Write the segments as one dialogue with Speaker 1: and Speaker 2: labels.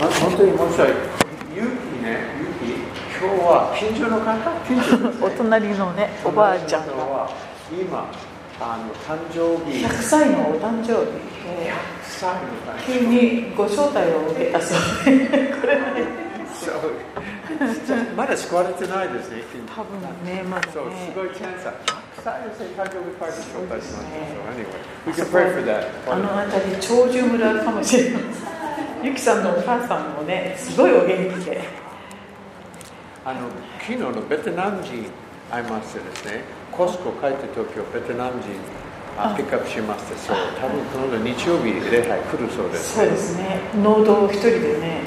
Speaker 1: あ本当にもう一人ゆうきねゆうき今日は近所の方 近所の
Speaker 2: お隣のねおばあちゃん
Speaker 1: その人
Speaker 2: が
Speaker 1: は今あの誕生日
Speaker 2: 100歳のお誕生日
Speaker 1: 100歳の誕生日
Speaker 2: 急にご招待を受けたそうでこれはね
Speaker 1: そうまだ救われてないですね近所
Speaker 2: 多分ねまだ
Speaker 1: そうすご
Speaker 2: ね
Speaker 1: いチャンスだ100歳の誕生日パーティー招待しました
Speaker 2: そう
Speaker 1: So anyway we can pray for that
Speaker 2: あの辺り長寿村かもしれませんゆきさんのお母さんもねすごいお元気で
Speaker 1: あの昨日のベトナム人会いましてですね、コスコ帰って東京、ベトナム人あ
Speaker 2: あ
Speaker 1: ピックアップしまして、そう、多分今度日曜日礼拝来るそうです。
Speaker 2: そうですね農道を一人でね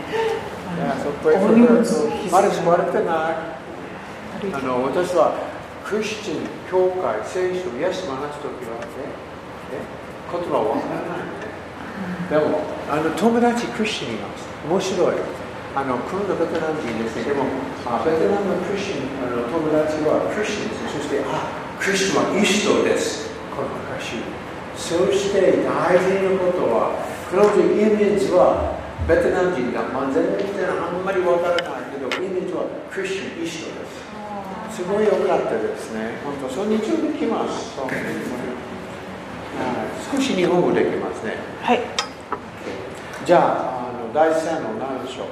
Speaker 2: あ
Speaker 1: Yeah, so
Speaker 2: の
Speaker 1: pray
Speaker 2: お
Speaker 1: for
Speaker 2: 荷物
Speaker 1: them.
Speaker 2: を引き
Speaker 1: まだ
Speaker 2: ず
Speaker 1: 救
Speaker 2: り
Speaker 1: われてない。
Speaker 2: 歩いて
Speaker 1: あの私はクリスチャン、教会、聖書、イエス話すときはね、ね言葉わからないね。でもあの友達クリスチャンいます。面白い。あの今度ベトナム人ですね。でもあベトナムのクリスチャンあの友達はクリスチャンです。そしてあクリスチャンはイーストです。この証。そして大事なことはこの人イメージはベトナム人がまあ全然あんまりわからないけどイメージはクリスチャンイーストです。すごい良かったですね。本当、そう日曜日来ます。そうはい少し日本語できますね。
Speaker 2: はい
Speaker 1: じゃあ、あの第3の何章。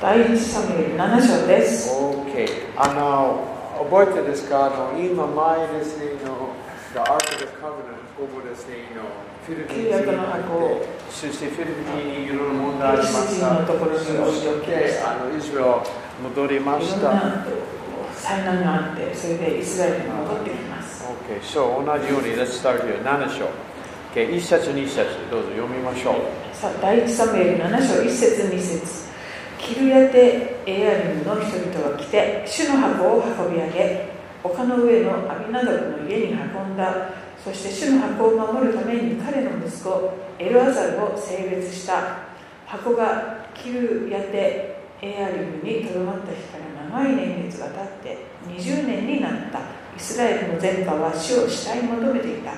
Speaker 2: 第一サムエル7章です
Speaker 1: OK。あの、覚えてですかあの、今前ですね、の、The Ark of the Covenant、ここですね、の、フィリピンに行
Speaker 2: 契約の
Speaker 1: っ
Speaker 2: 箱
Speaker 1: て、そしてフィリピンにいろいろ問題ありました。
Speaker 2: フィリピンのところに
Speaker 1: そして、あの、イスラエル戻りま
Speaker 2: いろ
Speaker 1: し
Speaker 2: ん
Speaker 1: た。
Speaker 2: な災難があってそれでイスラエルに戻ってきます
Speaker 1: Okay, so 同じように、Let's start here. 7章。Okay, 1節、2節、どうぞ読みましょう。
Speaker 2: さあ第一サムエル7章1節2節キルヤテエアリムの人々が来て主の箱を運び上げ丘の上のアビナダブの家に運んだそして主の箱を守るために彼の息子エルアザルを性別した箱がキルヤテエアリムにとどまった日から長い年月が経って20年になったイスラエルの前科は主を死体に求めていた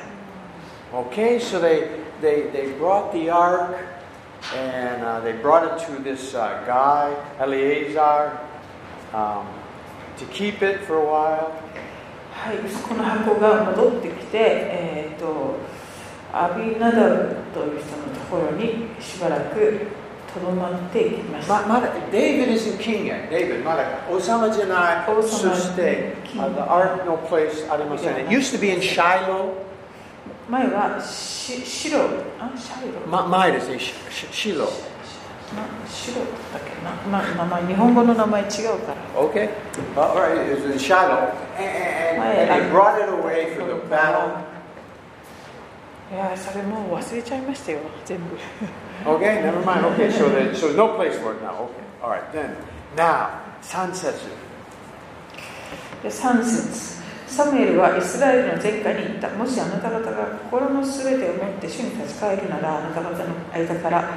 Speaker 1: Okay, so they, they, they brought the ark and uh, they brought it to this uh, guy, Eleazar, um, to keep it for a while.
Speaker 2: はい、この箱が戻ってきて、えー、とアビナダルという人のところにしばらくとどまっていきました。
Speaker 1: Ma- まだ David isn't king yet. David, まだ王様じゃない。
Speaker 2: 王様
Speaker 1: そして、
Speaker 2: king
Speaker 1: uh, the ark no place ありませんね。
Speaker 2: いや
Speaker 1: It used to be in Shiloh.
Speaker 2: 前はし白あシャイロ、
Speaker 1: ま、前ですね、シシロ。
Speaker 2: な白だったっけな、まあ、名前日本語の名前違うから
Speaker 1: Okay. Uh, All right, it was in Shiloh. And, and, and they brought it away for the battle.
Speaker 2: いやーそれもう忘れちゃいましたよ全部
Speaker 1: Okay, never mind. Okay, so then, so no place for it now. Okay, all right. Then, now, sansetsu.
Speaker 2: で3節サムエルはイスラエルの前科に言ったもしあなた方が心のすべてを持って主に立ち返るならあなた方の間から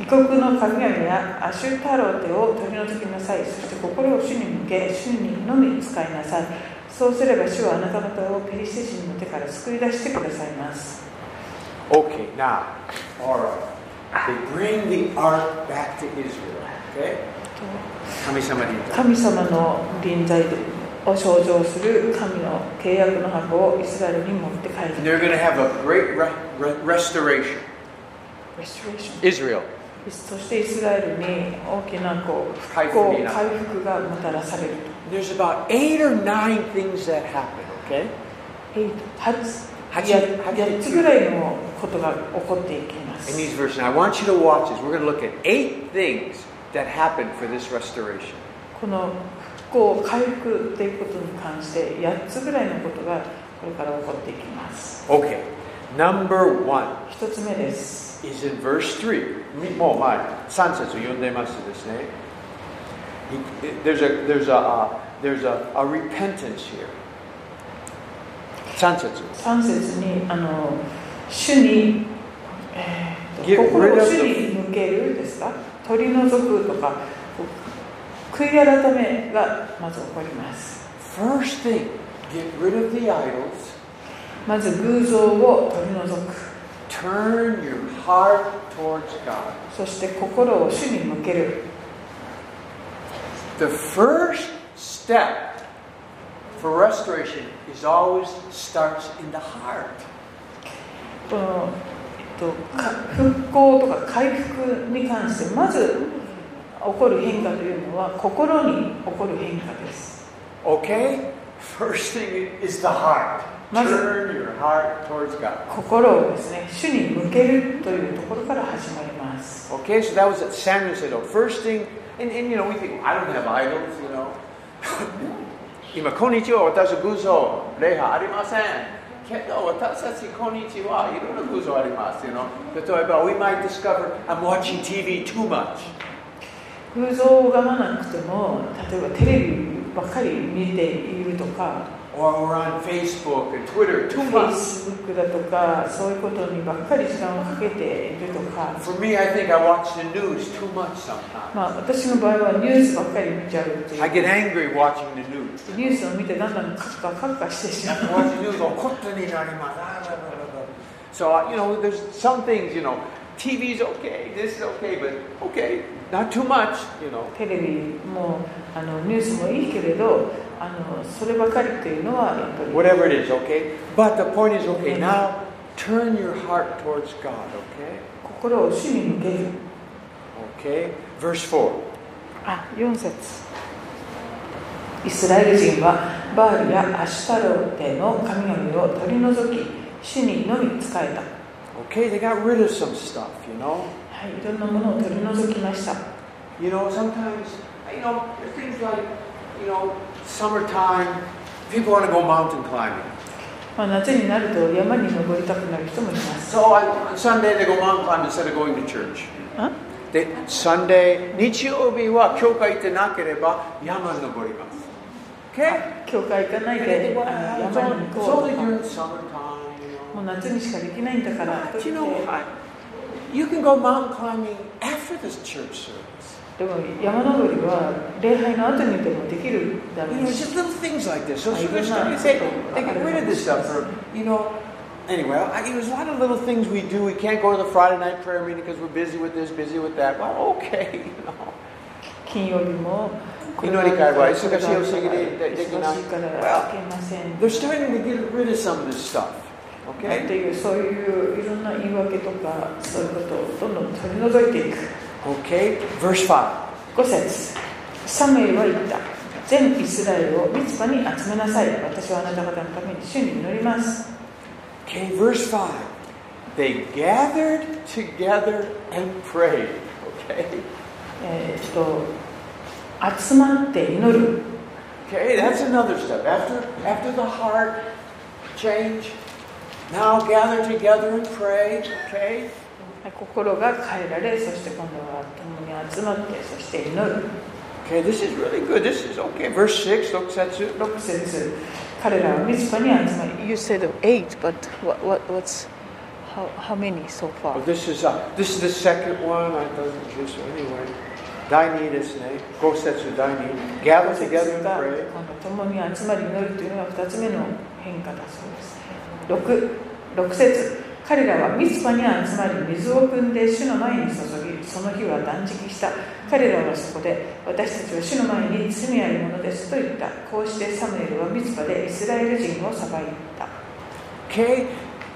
Speaker 2: 異国の神々やアシュタロテを取り除きなさいそして心を主に向け主にのみ使いなさいそうすれば主はあなた方をペリシテ人の手から救い出してくださいます
Speaker 1: Okay, now, all right. They bring the ark back to Israel. Okay. 神様に言った。
Speaker 2: 神様の臨在を象徴する神の契約の箱をイスラエルに持って帰る
Speaker 1: And they're going to have a great re- re- restoration.
Speaker 2: Restoration
Speaker 1: Israel.
Speaker 2: そしてイスラエルに大きなこう
Speaker 1: 回
Speaker 2: 復
Speaker 1: 復
Speaker 2: 興
Speaker 1: になる
Speaker 2: 回復がもたらされる
Speaker 1: There's about eight or nine things that happen. Okay. 八
Speaker 2: 8つぐらいのことが起こっていきま
Speaker 1: In
Speaker 2: す
Speaker 1: these verses, I want you to watch this. We're going to look at eight things that happened for this restoration.
Speaker 2: この復興回復ということに関して8つぐらいのことがこれから起こっていきます
Speaker 1: Okay. Number one.
Speaker 2: 1つ目です
Speaker 1: is in verse oh, 3. もう前、3節を読んでいますですね。He- There's a, there's a, uh, there's a, a repentance here. 3節。
Speaker 2: 3節にあの主に、えー
Speaker 1: Get
Speaker 2: と
Speaker 1: rid
Speaker 2: 心
Speaker 1: of the-
Speaker 2: を主に向けるですか取り除くとかこう悔い改めがまず起こります
Speaker 1: First thing, get rid of the idols,
Speaker 2: まず偶像を取り除く
Speaker 1: to turn your heart towards God.
Speaker 2: そして心を主に向ける
Speaker 1: The first step for restoration is always starts in the heart.
Speaker 2: この、えっと、か復興とか回復に関してまず起こる変化というのは心に起こる変化です
Speaker 1: Okay? First thing is the heart.
Speaker 2: Mas-
Speaker 1: Turn your heart towards God.
Speaker 2: 心をですね主に向けるというところから始まります
Speaker 1: Okay, so that was what Samuel said. Oh, first thing, and, and you know, we think, I don't have idols, you know. 今、こんにちは、私、偶像、礼拝ありません。けど、私たち、こんにちは、いろんな偶像あります。You know? 例えば、we might discover I'm watching TV too much.
Speaker 2: 偶像を拝まなくても例えばテレビばっかり見ているとか
Speaker 1: Or we're on Facebook and Twitter too much.
Speaker 2: Facebook だとかそういうことにばっかり時間をかけているとか
Speaker 1: For me, I think I watch the news too much sometimes.
Speaker 2: まあ、私の場合はニュースばっかり見ちゃうっていう
Speaker 1: I get angry watching the news.
Speaker 2: ニュースを見てだんだんカッカカッカしてしまう
Speaker 1: watching the news, 怒ったになります。あー、blah, blah, blah, blah. So, uh, you know, there's some things, you know, TV's okay, this is okay, but okay, not too much, you know.
Speaker 2: テレビもあのニュースもいいけれどあのそればかりっていうのはやっぱり
Speaker 1: whatever it is, okay? But the point is, okay, now turn your heart towards God, okay?
Speaker 2: 心を主に向ける
Speaker 1: Okay? Verse 4.
Speaker 2: あ4節イスラエル人はバールやアシュタロテの神々を取り除き主にのみ仕えた、は
Speaker 1: Okay, they got rid of some stuff, you know?
Speaker 2: い、いろんなものを取り除きました
Speaker 1: You know, sometimes, you know, there's things like, you know, summertime, people want to go mountain climbing.
Speaker 2: まあ、夏になると山に登りたくなる人もいます
Speaker 1: So I, on Sunday, they go mountain climbing instead of going to church.
Speaker 2: あ
Speaker 1: They, Sunday, 日曜日は教会行ってなければ山に登ります。Okay?
Speaker 2: 教会行かないであの
Speaker 1: It's
Speaker 2: 山に
Speaker 1: only- it's
Speaker 2: 行こう
Speaker 1: only
Speaker 2: とか
Speaker 1: during summertime, you know.
Speaker 2: もう夏にしかできないんだからと
Speaker 1: But you
Speaker 2: 言っ
Speaker 1: know,
Speaker 2: て
Speaker 1: I, you can go mountain climbing after this church service.
Speaker 2: でも山登りは礼拝の後にでもできるだ
Speaker 1: You
Speaker 2: ろ
Speaker 1: know,
Speaker 2: う
Speaker 1: it's
Speaker 2: し
Speaker 1: just little things like this. So
Speaker 2: I
Speaker 1: it's
Speaker 2: do
Speaker 1: good
Speaker 2: not.
Speaker 1: stuff. You say, they get rid of this stuff. Or, you know, anyway, I, there's a lot of little things we do. We can't go to the Friday night prayer meeting because we're busy with this, busy with that. Well, okay, you know.
Speaker 2: 金曜日も
Speaker 1: 祈り会は忙しい
Speaker 2: これから
Speaker 1: 忙しいでできない
Speaker 2: 忙しいからいけません
Speaker 1: They're starting to get rid of some of this stuff.
Speaker 2: っ
Speaker 1: Okay?
Speaker 2: ていうそういういろんな言い訳とかそういうことをどんどん取り除いていく
Speaker 1: Okay, verse 5.
Speaker 2: 5節サムエルは言った全イスラエルをミツバに集めなさい私はあなた方のために主に祈ります
Speaker 1: Okay, verse 5. They gathered together and prayed. Okay?
Speaker 2: えーっと集まって祈る
Speaker 1: Okay, that's another step. After, after the heart change, now gather together and pray. Okay?
Speaker 2: 心が変えられそして今度は共に集まってそして祈る
Speaker 1: Okay, this is really good. This is okay. Verse 6, looks at you.
Speaker 2: 6節彼らはミツバに集まり You said eight, but what, what, what's how, how many so
Speaker 1: Oh,
Speaker 2: far?
Speaker 1: this is uh, this is the second one. I thought it was this one. anyway. Daini this name. Gosetsu Daini. Gather together
Speaker 2: が
Speaker 1: and
Speaker 2: 共に集まり祈るというのが2つ目の変化だそうです 6, 6節彼らはミツバに集まり水を汲んで主の前に注ぎその日は断食した彼らはそこで私たちは主の前に罪あるものですと言ったこうしてサムエルはミツバでイスラエル人を裁いた
Speaker 1: pray.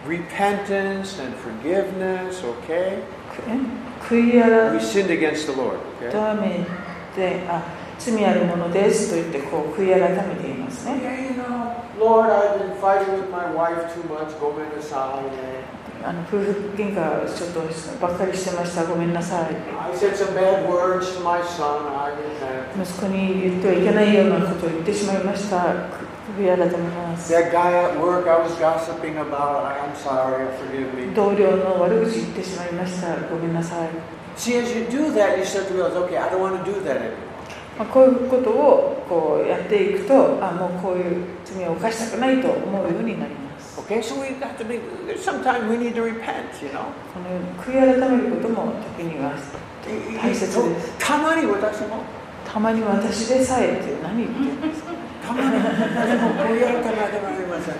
Speaker 1: Okay? Repentance and forgiveness. Okay?
Speaker 2: 悔い改
Speaker 1: We sinned against the Lord. Okay?
Speaker 2: めてあ罪あるものですと言ってこう悔い改めていますね
Speaker 1: Yeah, you know, Lord, I've been fighting with my wife too much. Gomen asai.
Speaker 2: あの夫婦喧嘩ちょっとばっかりしてましたごめんなさい
Speaker 1: I said some bad words to my son. I repent.
Speaker 2: 息子に言ってはいけないようなことを言ってしまいました悔い改めます
Speaker 1: That guy at work I was gossiping about. I, I'm sorry. Forgive me.
Speaker 2: 同僚の悪口言ってしまいましたごめんなさい、
Speaker 1: See, as you do that, you start to realize, okay, I don't want to do that anymore.
Speaker 2: まあ、こういうことをこうやっていくとあもうこういう罪を犯したくないと思うようになります
Speaker 1: Okay, so we have to be. There's sometimes we need to repent. You know.
Speaker 2: このように悔い改めることも時には
Speaker 1: You- you-
Speaker 2: 大切です
Speaker 1: たまに私も
Speaker 2: たまに私でさえって何言ってるんですか
Speaker 1: たまに私もこうやるかなでもありません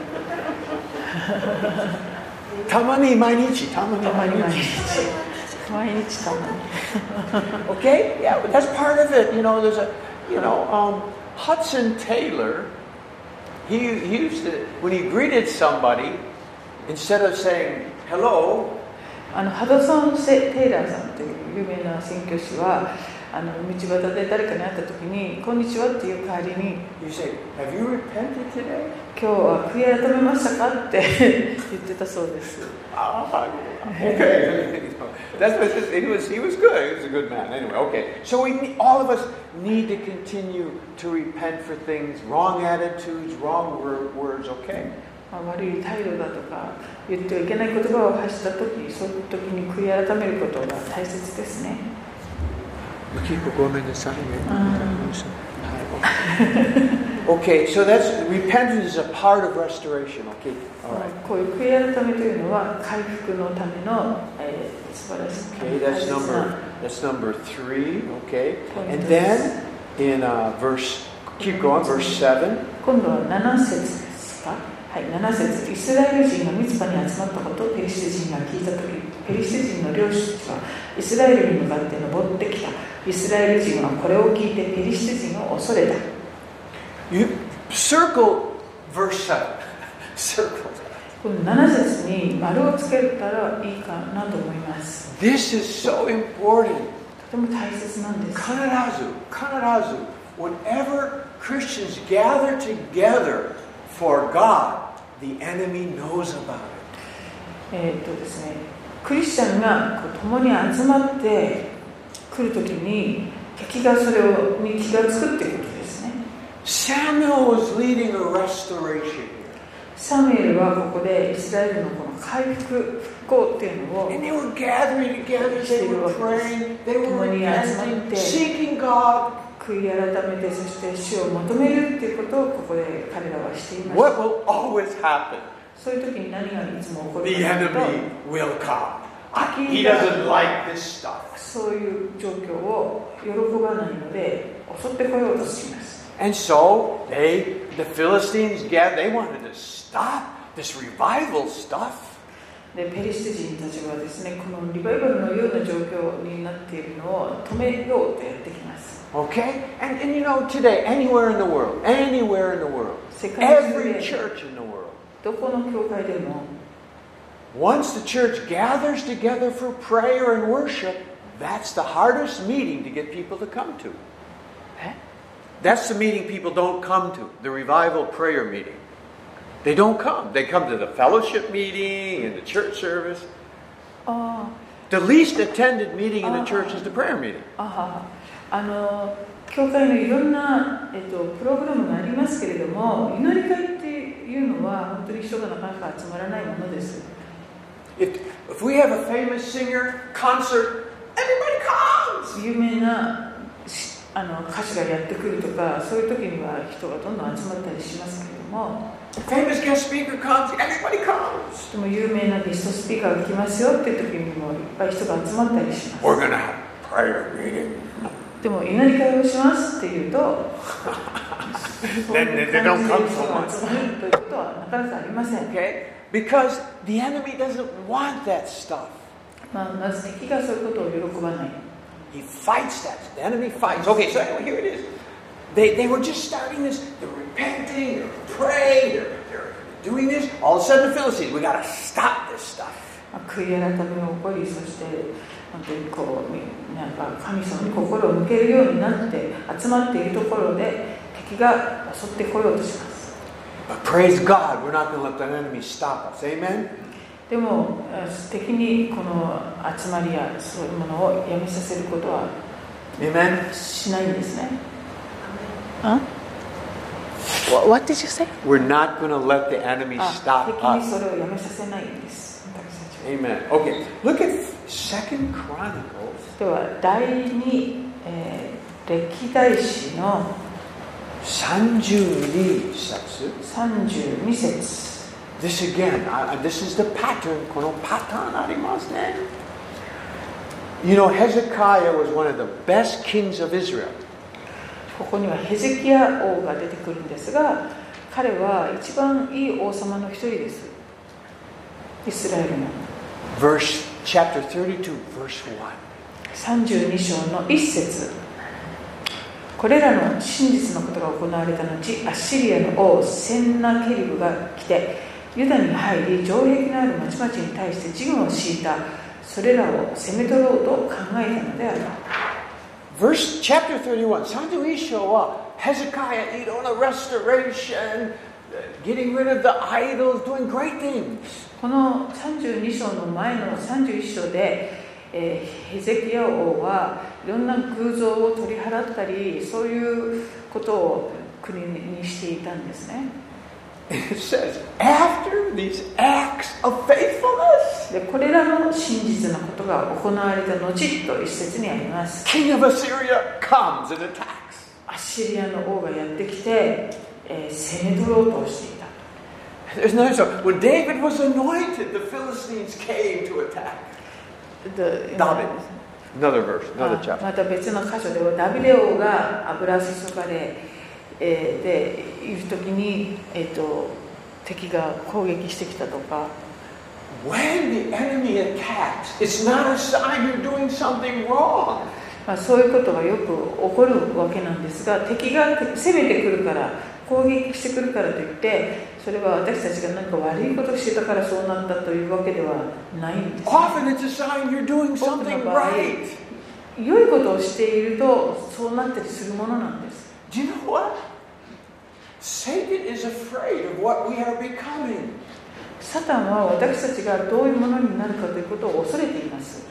Speaker 1: たまに毎日たまに
Speaker 2: たま
Speaker 1: 毎
Speaker 2: に毎日
Speaker 1: 日。
Speaker 2: 毎日たまに
Speaker 1: Okay, yeah, but that's part of it. You know, there's a, you know, um, Hudson Taylor, he, he used to, when he greeted somebody, instead of saying hello,
Speaker 2: あのハドソン・セテイラーさんという有名な宣教師はあの道端で誰かに会った時に「こんにちは」っていう代わりに
Speaker 1: you say, Have you repented today?
Speaker 2: 「今日は悔い改めましたか?」って言ってた そうです
Speaker 1: Ah, okay. that's what it- he was. He was good. He was a good man. Anyway, okay. So we, ne- all of us, need to continue to repent for things, wrong attitudes, wrong wor- words. Okay.
Speaker 2: まあ、悪い態度だとか言ってはいけない言葉を発した時そういう時に悔い改めることが大切ですね
Speaker 1: Okay, so that's repentance is a part of restoration. Okay, all
Speaker 2: まあ
Speaker 1: right.
Speaker 2: こういう悔い改めというのは回復のための、えー素晴らしい
Speaker 1: Okay,
Speaker 2: 大
Speaker 1: that's
Speaker 2: 切な
Speaker 1: number that's number three. Okay, and then in uh, verse, keep going, verse seven.
Speaker 2: 今度は7節ですかはい、7節イスラエル人がミツパに集まったことをペリシテ人が聞いた時ペリシテ人の領主たちはイスラエルに向かって登ってきたイスラエル人はこれを聞いてペリシテ人を恐れた
Speaker 1: You circle verse seven. circle.
Speaker 2: この7節に丸をつけたらいいかなと思います
Speaker 1: This is so important.
Speaker 2: とても大切なんです
Speaker 1: Kanarazu, Kanarazu, whenever Christians gather together for God, the enemy knows about it.
Speaker 2: えーっとですねクリスチャンがこう共に集まってくるときに敵がそれをに気がつくっていうことですね
Speaker 1: Samuel was leading a restoration here.
Speaker 2: サムエルはここでイスラエルのこの回復復興っていうのを
Speaker 1: And they were gathering together, they were praying, they were repenting, seeking God.
Speaker 2: 悔い改めてそして主を求めるっていうことをここで彼らはしていま
Speaker 1: What
Speaker 2: す
Speaker 1: will always happen?
Speaker 2: そういう時に何がいつも起こる
Speaker 1: The
Speaker 2: かというと
Speaker 1: enemy will come. He doesn't like this stuff.
Speaker 2: そういう状況を喜ばないので襲ってこようとします
Speaker 1: And so they, the Philistines, gathered, they wanted to stop this revival stuff.
Speaker 2: でペリシテ人たちはですねこのリバイバルのような状況になっているのを止めようとやってきます
Speaker 1: Okay? And, and you know, today, anywhere in the world, anywhere in the world,
Speaker 2: 世界中
Speaker 1: every
Speaker 2: で
Speaker 1: church in the world,
Speaker 2: どこの教会でも
Speaker 1: once the church gathers together for prayer and worship, that's the hardest meeting to get people to come to. That's the meeting people don't come to, the revival prayer meeting. They don't come. They come to the fellowship meeting and the church service.
Speaker 2: ああ
Speaker 1: The least attended meeting in the
Speaker 2: Oh.
Speaker 1: church is the prayer meeting.
Speaker 2: あああの教会のいろんな、えっと、プログラムがありますけれども祈り会っていうのは本当に人がなかなか集まらないものです
Speaker 1: If, if we have a famous singer concert, everybody comes!
Speaker 2: 有名なしあの歌手がやってくるとかそういう時には人がどんどん集まったりしますけれども
Speaker 1: Famous guest speaker comes, everybody comes.
Speaker 2: とても有名なゲストスピーカーが来ますよっていう時にもいっぱい人が集まったりします
Speaker 1: We're gonna have prayer meeting.
Speaker 2: でも祈り会をしますっていうとそういう感じで人が集まるということはなかなかありません
Speaker 1: Okay? Because the enemy doesn't want that stuff.
Speaker 2: まあ、まず敵がそういうことを喜ばない
Speaker 1: He fights that. The enemy fights. Okay, so anyway, here it is. They, they were just starting this, they're repenting, they're praying, they're, they're doing this. All of a sudden, the Philistines, we gotta stop this stuff.
Speaker 2: まあ悔い改めを起こりそして本当にこうみなんか神様に心を向けるようになって集まっているところで敵が襲ってこようとします
Speaker 1: But praise God, we're not gonna let that enemy stop us. Amen?
Speaker 2: でもえー敵にこの集まりやそういうものをやめさせることは
Speaker 1: Amen?
Speaker 2: しないんですねあ What what did you say?
Speaker 1: We're not gonna let the enemy
Speaker 2: あ
Speaker 1: stop
Speaker 2: 敵に
Speaker 1: us.
Speaker 2: それをやめさせないんです私たちは
Speaker 1: Amen. Okay, look at Second Chronicles.
Speaker 2: では第2、えー歴代史の
Speaker 1: 32節
Speaker 2: 32節
Speaker 1: This again, I, I- this is the pattern. この pattern ありますね。You know, Hezekiah was one of the best kings of Israel.
Speaker 2: ここにはヘゼキヤ王が出てくるんですが彼は一番いい王様の一人ですイスラエルの
Speaker 1: Verse chapter 32, verse 1.
Speaker 2: 32章の1節これらの真実のことが行われた後アッシリアの王センナケリブが来てユダに入り城壁のある町々に対して自軍を敷いたそれらを攻め取ろうと考えたのである
Speaker 1: Verse chapter 31, 31章は Hezekiah, you know, the restoration, uh, getting rid of the idols, doing great things.
Speaker 2: この32章の前の31章で、えーヘゼキヤ王はいろんな偶像を取り払ったりそういうことを国にしていたんですね
Speaker 1: It says, after these acts of faithfulness,
Speaker 2: でこれらの真実のことが行われた後と一節にあります
Speaker 1: king of Assyria comes and attacks.
Speaker 2: アッシリアの王がやってきて、えー攻め取ろうとしていた
Speaker 1: There's another story. When David was anointed, the Philistines came to attack.
Speaker 2: で
Speaker 1: ダビデ Another verse,
Speaker 2: あまた別の箇所ではダビデ王が油注がれ、えーでいる時に、えー、と敵が攻撃してきたとか
Speaker 1: When the enemy attacks, it's not a sign you're doing something wrong.
Speaker 2: まあ、そういうことがよく起こるわけなんですが敵が攻めてくるから攻撃してくるからといってそれは私たちが何か悪いことをしてたからそうなったというわけではないんですね、
Speaker 1: Often it's a sign you're doing something right.
Speaker 2: 良いことをしているとそうなったりするものなんです
Speaker 1: Do you know what? Satan is afraid of what we are becoming.
Speaker 2: サタンは私たちがどういうものになるかということを恐れています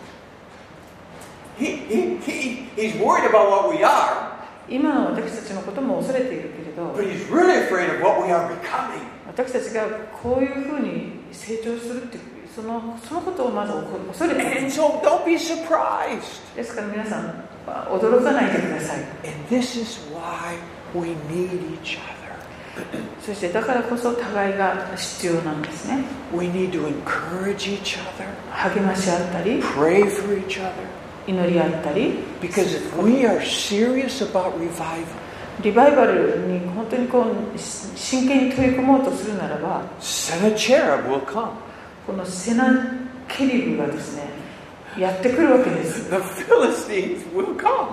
Speaker 1: He, he, he, he's worried about what we are,
Speaker 2: 今の私たちのことも恐れているけれど
Speaker 1: but he's really afraid of what we are becoming.
Speaker 2: 私たちがこういうふうに成長するっていうそのそのことをまず恐れています
Speaker 1: And so don't be surprised.
Speaker 2: ですから皆さんは驚かないでください
Speaker 1: And this is why we need each other.
Speaker 2: そしてだからこそ互いが必要なんですね
Speaker 1: We need to encourage each other,
Speaker 2: 励まし合ったり
Speaker 1: pray for each other.
Speaker 2: 祈り合ったり
Speaker 1: Because if we are serious about revival,
Speaker 2: リバイバルに本当にこうし真剣に取り組もうとするならば
Speaker 1: Sennacherib will come.
Speaker 2: このセナケリブがですねやってくるわけです
Speaker 1: The Philistines will come.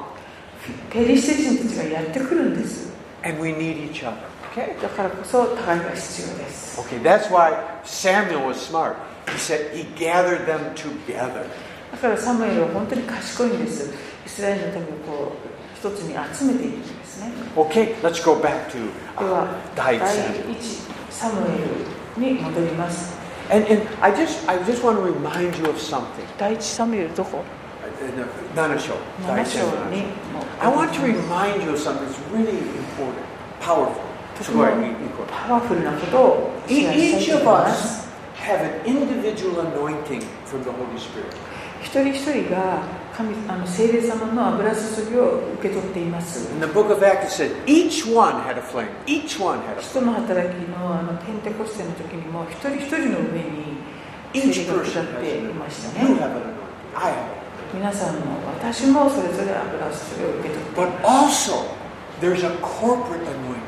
Speaker 2: ペリシテ人たちがやってくるんです
Speaker 1: And we need each other. Okay?
Speaker 2: だからこそ互いが必要です
Speaker 1: Okay, that's why Samuel was smart. He said he gathered them together.
Speaker 2: だからサムエルは本当に賢いんですイスラエルのためをこう一つに集めているんですね
Speaker 1: Okay, let's go back to
Speaker 2: では
Speaker 1: uh,
Speaker 2: 第
Speaker 1: Diet
Speaker 2: 1
Speaker 1: Samuel.
Speaker 2: サムエルに戻ります
Speaker 1: And, and I just I just want to remind you of something.
Speaker 2: 第1サムエルどこ
Speaker 1: Uh, no, Nana show.
Speaker 2: 7
Speaker 1: Diet
Speaker 2: 章
Speaker 1: Samuel, Nana
Speaker 2: に
Speaker 1: show.
Speaker 2: も
Speaker 1: I want to remind you of something that's really important, powerful.
Speaker 2: とても
Speaker 1: すごいいいこと。
Speaker 2: パワフルなことを
Speaker 1: E-
Speaker 2: シェアし
Speaker 1: Each
Speaker 2: たいと思い
Speaker 1: of
Speaker 2: ま
Speaker 1: us
Speaker 2: す
Speaker 1: have an individual anointing from the Holy Spirit.
Speaker 2: 一人一人が神あの聖霊様の油注ぎを受け取っています
Speaker 1: In the book of Acts, it said each one had a flame. Each one had a flame.
Speaker 2: 人の働きのあのペンテコステの時にも一人一人の上に聖
Speaker 1: Each
Speaker 2: 霊が下
Speaker 1: person has
Speaker 2: ってい
Speaker 1: an
Speaker 2: ました
Speaker 1: anointing. You
Speaker 2: ね
Speaker 1: have an anointing. I have an anointing.
Speaker 2: 皆さんも私もそれぞれ油注ぎを受け取ってい
Speaker 1: But
Speaker 2: ます
Speaker 1: also, there's a corporate anointing.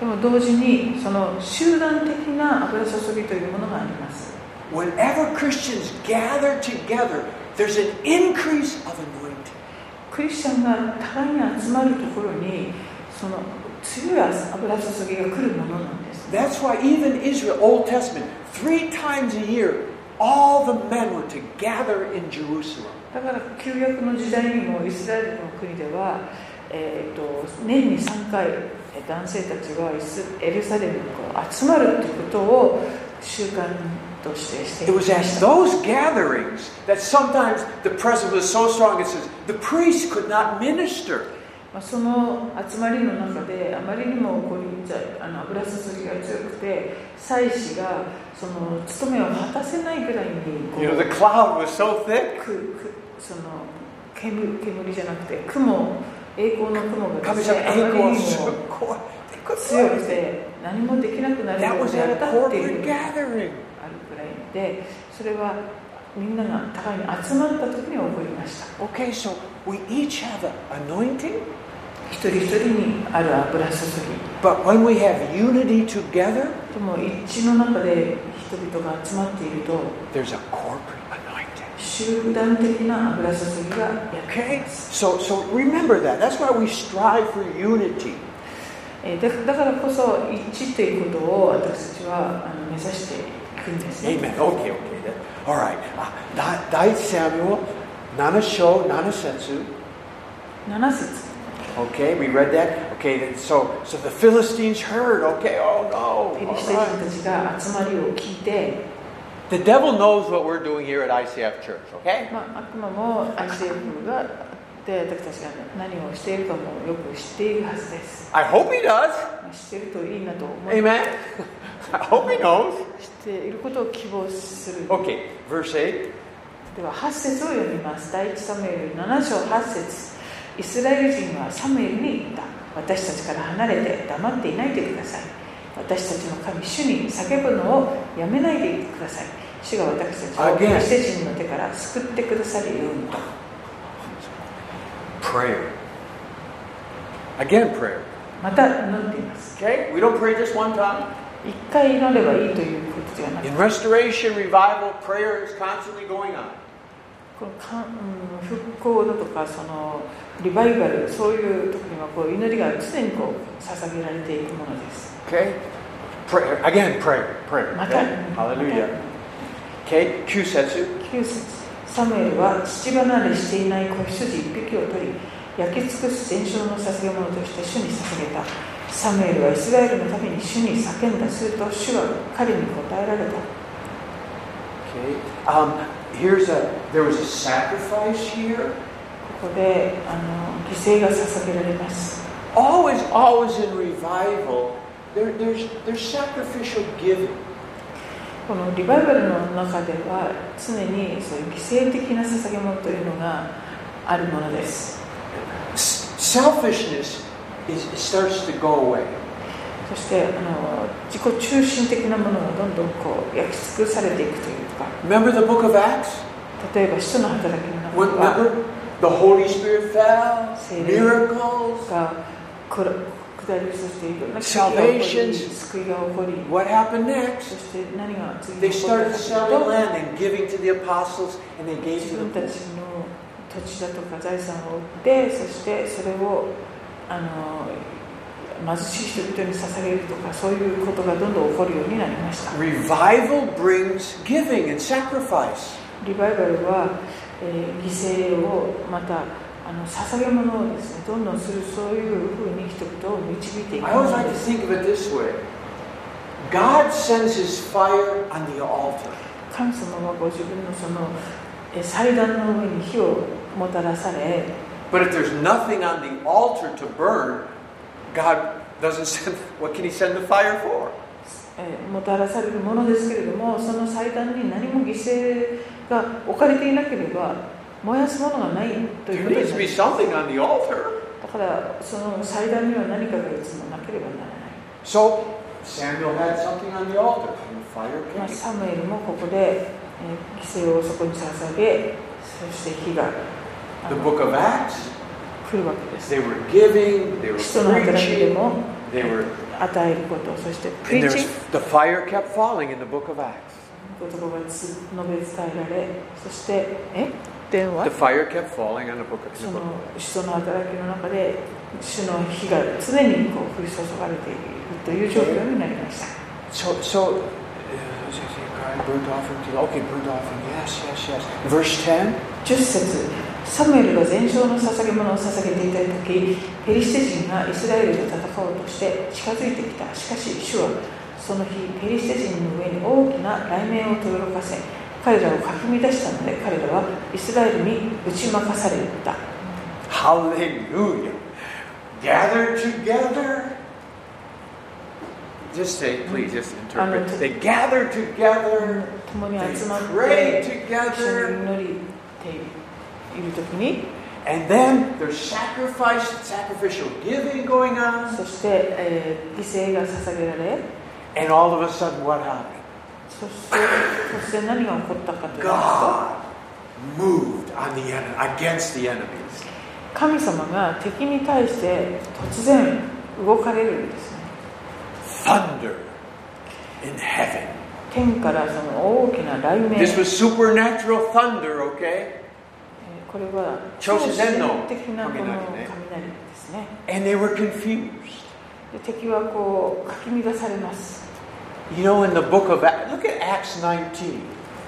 Speaker 2: でも同時にその集団的な油注ぎというものがあります
Speaker 1: Whenever Christians gather together, there's an increase of anointing.
Speaker 2: クリスチャンが互いに集まるところにその強い油注ぎが来るものなんです
Speaker 1: That's why even Israel, Old Testament, three times a year, all the men were to gather in Jerusalem.
Speaker 2: だから旧約の時代にもイスラエルの国では、えー、と年に3回えー男性たちがイスエルサレムにこう集まるということを習慣としてしてい
Speaker 1: It
Speaker 2: ま
Speaker 1: was at
Speaker 2: した
Speaker 1: those gatherings that sometimes the presence was so strong it says the priest could not minister.
Speaker 2: まあその集まりの中であまりにもこういうじゃあの油注ぎが強くて祭司がその務めを果たせないぐらいにこう
Speaker 1: You know, the cloud was so thick.
Speaker 2: くくその煙煙じゃなくて雲栄光の雲がですねあまりにも強く
Speaker 1: That
Speaker 2: て何もできなくなるよう
Speaker 1: was
Speaker 2: にな
Speaker 1: at
Speaker 2: っ
Speaker 1: a
Speaker 2: たってい
Speaker 1: corporate
Speaker 2: うのがあ
Speaker 1: gathering.
Speaker 2: るくらいでそれはみんなが互いに集まった時に起こりました
Speaker 1: Okay, so we each have an anointing,
Speaker 2: 一人一人にある油注ぎ
Speaker 1: But when we have unity together,
Speaker 2: でも一致の中で人々が集まっていると
Speaker 1: there's a corporate anointing.
Speaker 2: 集団的な油注ぎがやってき
Speaker 1: Okay?
Speaker 2: ます
Speaker 1: So, so remember that. That's why we strive for unity.
Speaker 2: えーだだからこそ一致ということを私たちはあの目指していくんですね
Speaker 1: Amen. Okay, okay. That, all right. Ah, Da- 第一 Samuel 7章7節
Speaker 2: 7節
Speaker 1: Okay, we read that. Okay, then, so so the Philistines heard. Okay, oh
Speaker 2: ペ
Speaker 1: no.
Speaker 2: リシ
Speaker 1: All
Speaker 2: テ
Speaker 1: right.
Speaker 2: 人たちが集まりを聞いて、
Speaker 1: The devil knows what we're doing here at ICF Church. Okay.
Speaker 2: まあ、悪魔も ICF がで私たちが何をしているかもよく知っているはずです、
Speaker 1: I hope he does.
Speaker 2: まあ知っているといいなと思いま
Speaker 1: Amen. I hope he knows.
Speaker 2: す知っていることを希望する
Speaker 1: Okay, verse eight.
Speaker 2: では8節を読みます第1サムエル7章8節イスラエル人はサムエルに言った私たちから離れて黙っていないでください私たちの神主に叫ぶのをやめないでください主が私たちを
Speaker 1: Again.
Speaker 2: 私たちの手から救ってくださるようにと
Speaker 1: Prayer. Again, prayer.
Speaker 2: また祈っています
Speaker 1: Okay, we don't pray just one time.
Speaker 2: 一回祈ればいいということではなく
Speaker 1: In restoration, revival, prayer is constantly going on.
Speaker 2: このか、うん、復興だとかそのリバイバルそういう時にはこう祈りが常にこう捧げられていくものです
Speaker 1: Okay. Prayer again. Prayer. Prayer.
Speaker 2: また
Speaker 1: okay? Hallelujah. Okay. Kusetsu.
Speaker 2: 9節サムエルは父離れしていない子羊1匹を取り焼き尽くす全焼の捧げ物として主に捧げたサムエルはイスラエルのために主に叫んだすると主は彼に答えられた
Speaker 1: Okay. Um, here's a. There was a sacrifice here.
Speaker 2: ここであの犠牲が捧げられます
Speaker 1: Always, always in revival, there, there's there's sacrificial giving.
Speaker 2: このリバイバルの中では常にそういう犠牲的な捧げ物というのがあるものです
Speaker 1: S- selfishness is it starts to go away.
Speaker 2: そしてあの自己中心的なものがどんどんこう焼き尽くされていくというか
Speaker 1: Remember the Book of Acts.
Speaker 2: 例えば使徒の働きの中
Speaker 1: When,
Speaker 2: では
Speaker 1: remember the Holy Spirit fell,
Speaker 2: Say it.
Speaker 1: miracles.
Speaker 2: がくら下りそしていろんな奇跡が起こり
Speaker 1: Salvations.
Speaker 2: 救いが起こり
Speaker 1: What happened
Speaker 2: そ
Speaker 1: next?
Speaker 2: して何が次
Speaker 1: They
Speaker 2: に起こる
Speaker 1: started
Speaker 2: かという
Speaker 1: selling
Speaker 2: と
Speaker 1: land and giving to the apostles, and they gave to
Speaker 2: 自
Speaker 1: the
Speaker 2: 分た
Speaker 1: poor.
Speaker 2: ちの土地だとか財産を売ってそしてそれをあの貧しい人々に捧げるとかそういうことがどんどん起こるようになりました
Speaker 1: Revival brings giving and sacrifice.
Speaker 2: リバイバルは、えー犠牲をまたあの捧げ物をですねどんどんするそういうふうに人々を導いていく
Speaker 1: I always
Speaker 2: も
Speaker 1: like
Speaker 2: の
Speaker 1: to
Speaker 2: です
Speaker 1: think of it this way God sends his fire on the altar.
Speaker 2: 神様はご自分のそのえー祭壇の上に火をもたらされ
Speaker 1: But if there's nothing on the altar to burn, God doesn't send, what can he send the fire for?
Speaker 2: えーもたらされるものですけれどもその祭壇に何も犠牲が置かれていなければ燃やすものがないという
Speaker 1: There
Speaker 2: こと
Speaker 1: needs
Speaker 2: に
Speaker 1: to
Speaker 2: な
Speaker 1: be something on
Speaker 2: る
Speaker 1: the altar.
Speaker 2: だからその祭壇には何かがいつもなければならない、
Speaker 1: So Samuel had something on the altar, and the fire
Speaker 2: まあ
Speaker 1: came.
Speaker 2: サムエルもここで、えー犠牲をそこに捧げそして火があ
Speaker 1: The
Speaker 2: の
Speaker 1: book of Acts,
Speaker 2: 来るわけです
Speaker 1: they were giving, they were
Speaker 2: 使徒の働きで
Speaker 1: preaching,
Speaker 2: も
Speaker 1: they were,
Speaker 2: 与えることそしてプリ
Speaker 1: and
Speaker 2: ー
Speaker 1: there's,
Speaker 2: チング
Speaker 1: the fire kept falling in the book of Acts.
Speaker 2: 言葉がつ述べ伝えられそしてえ電話
Speaker 1: The fire kept falling on the book of
Speaker 2: そ
Speaker 1: the
Speaker 2: の
Speaker 1: book of Acts.
Speaker 2: 主の働きの中で主の火が常にこう降り注がれているという状況になりました
Speaker 1: So, so, uh, so- so God, burnt offering to okay, burnt offering, yes, yes, yes. Verse 10.
Speaker 2: 10節サムエルが全焼の捧げ物を捧げていた時ペリシテ人がイスラエルと戦おうとして近づいてきたしかし主はその日ペリシテ人の上に大きな雷鳴をとどろかせ彼らをかき乱したので彼らはイスラエルに打ち負かされた
Speaker 1: Hallelujah. Gathered together. Just say, please, just interpret.
Speaker 2: Hallelujah.
Speaker 1: They gathered together.
Speaker 2: 共に
Speaker 1: They
Speaker 2: 集まって
Speaker 1: prayed
Speaker 2: 一緒
Speaker 1: together.
Speaker 2: に祈りている時に
Speaker 1: And then there's sacrifice, sacrificial giving going on.
Speaker 2: そして、えー犠牲が捧げられ
Speaker 1: And all of a sudden, what happened?
Speaker 2: そしてそして何が起こったかというと
Speaker 1: God moved on the en- against the enemies.
Speaker 2: 神様が敵に対して突然動かれるんですね
Speaker 1: Thunder in heaven.
Speaker 2: 天からその大きな雷鳴
Speaker 1: This was supernatural thunder, okay?
Speaker 2: えーこれは
Speaker 1: 超自然の
Speaker 2: 超自的なこの
Speaker 1: 雷
Speaker 2: 雷
Speaker 1: ね
Speaker 2: ですね
Speaker 1: And they were confused.
Speaker 2: で敵はこうかき乱されます
Speaker 1: You know, in the book of Acts, look at Acts 19.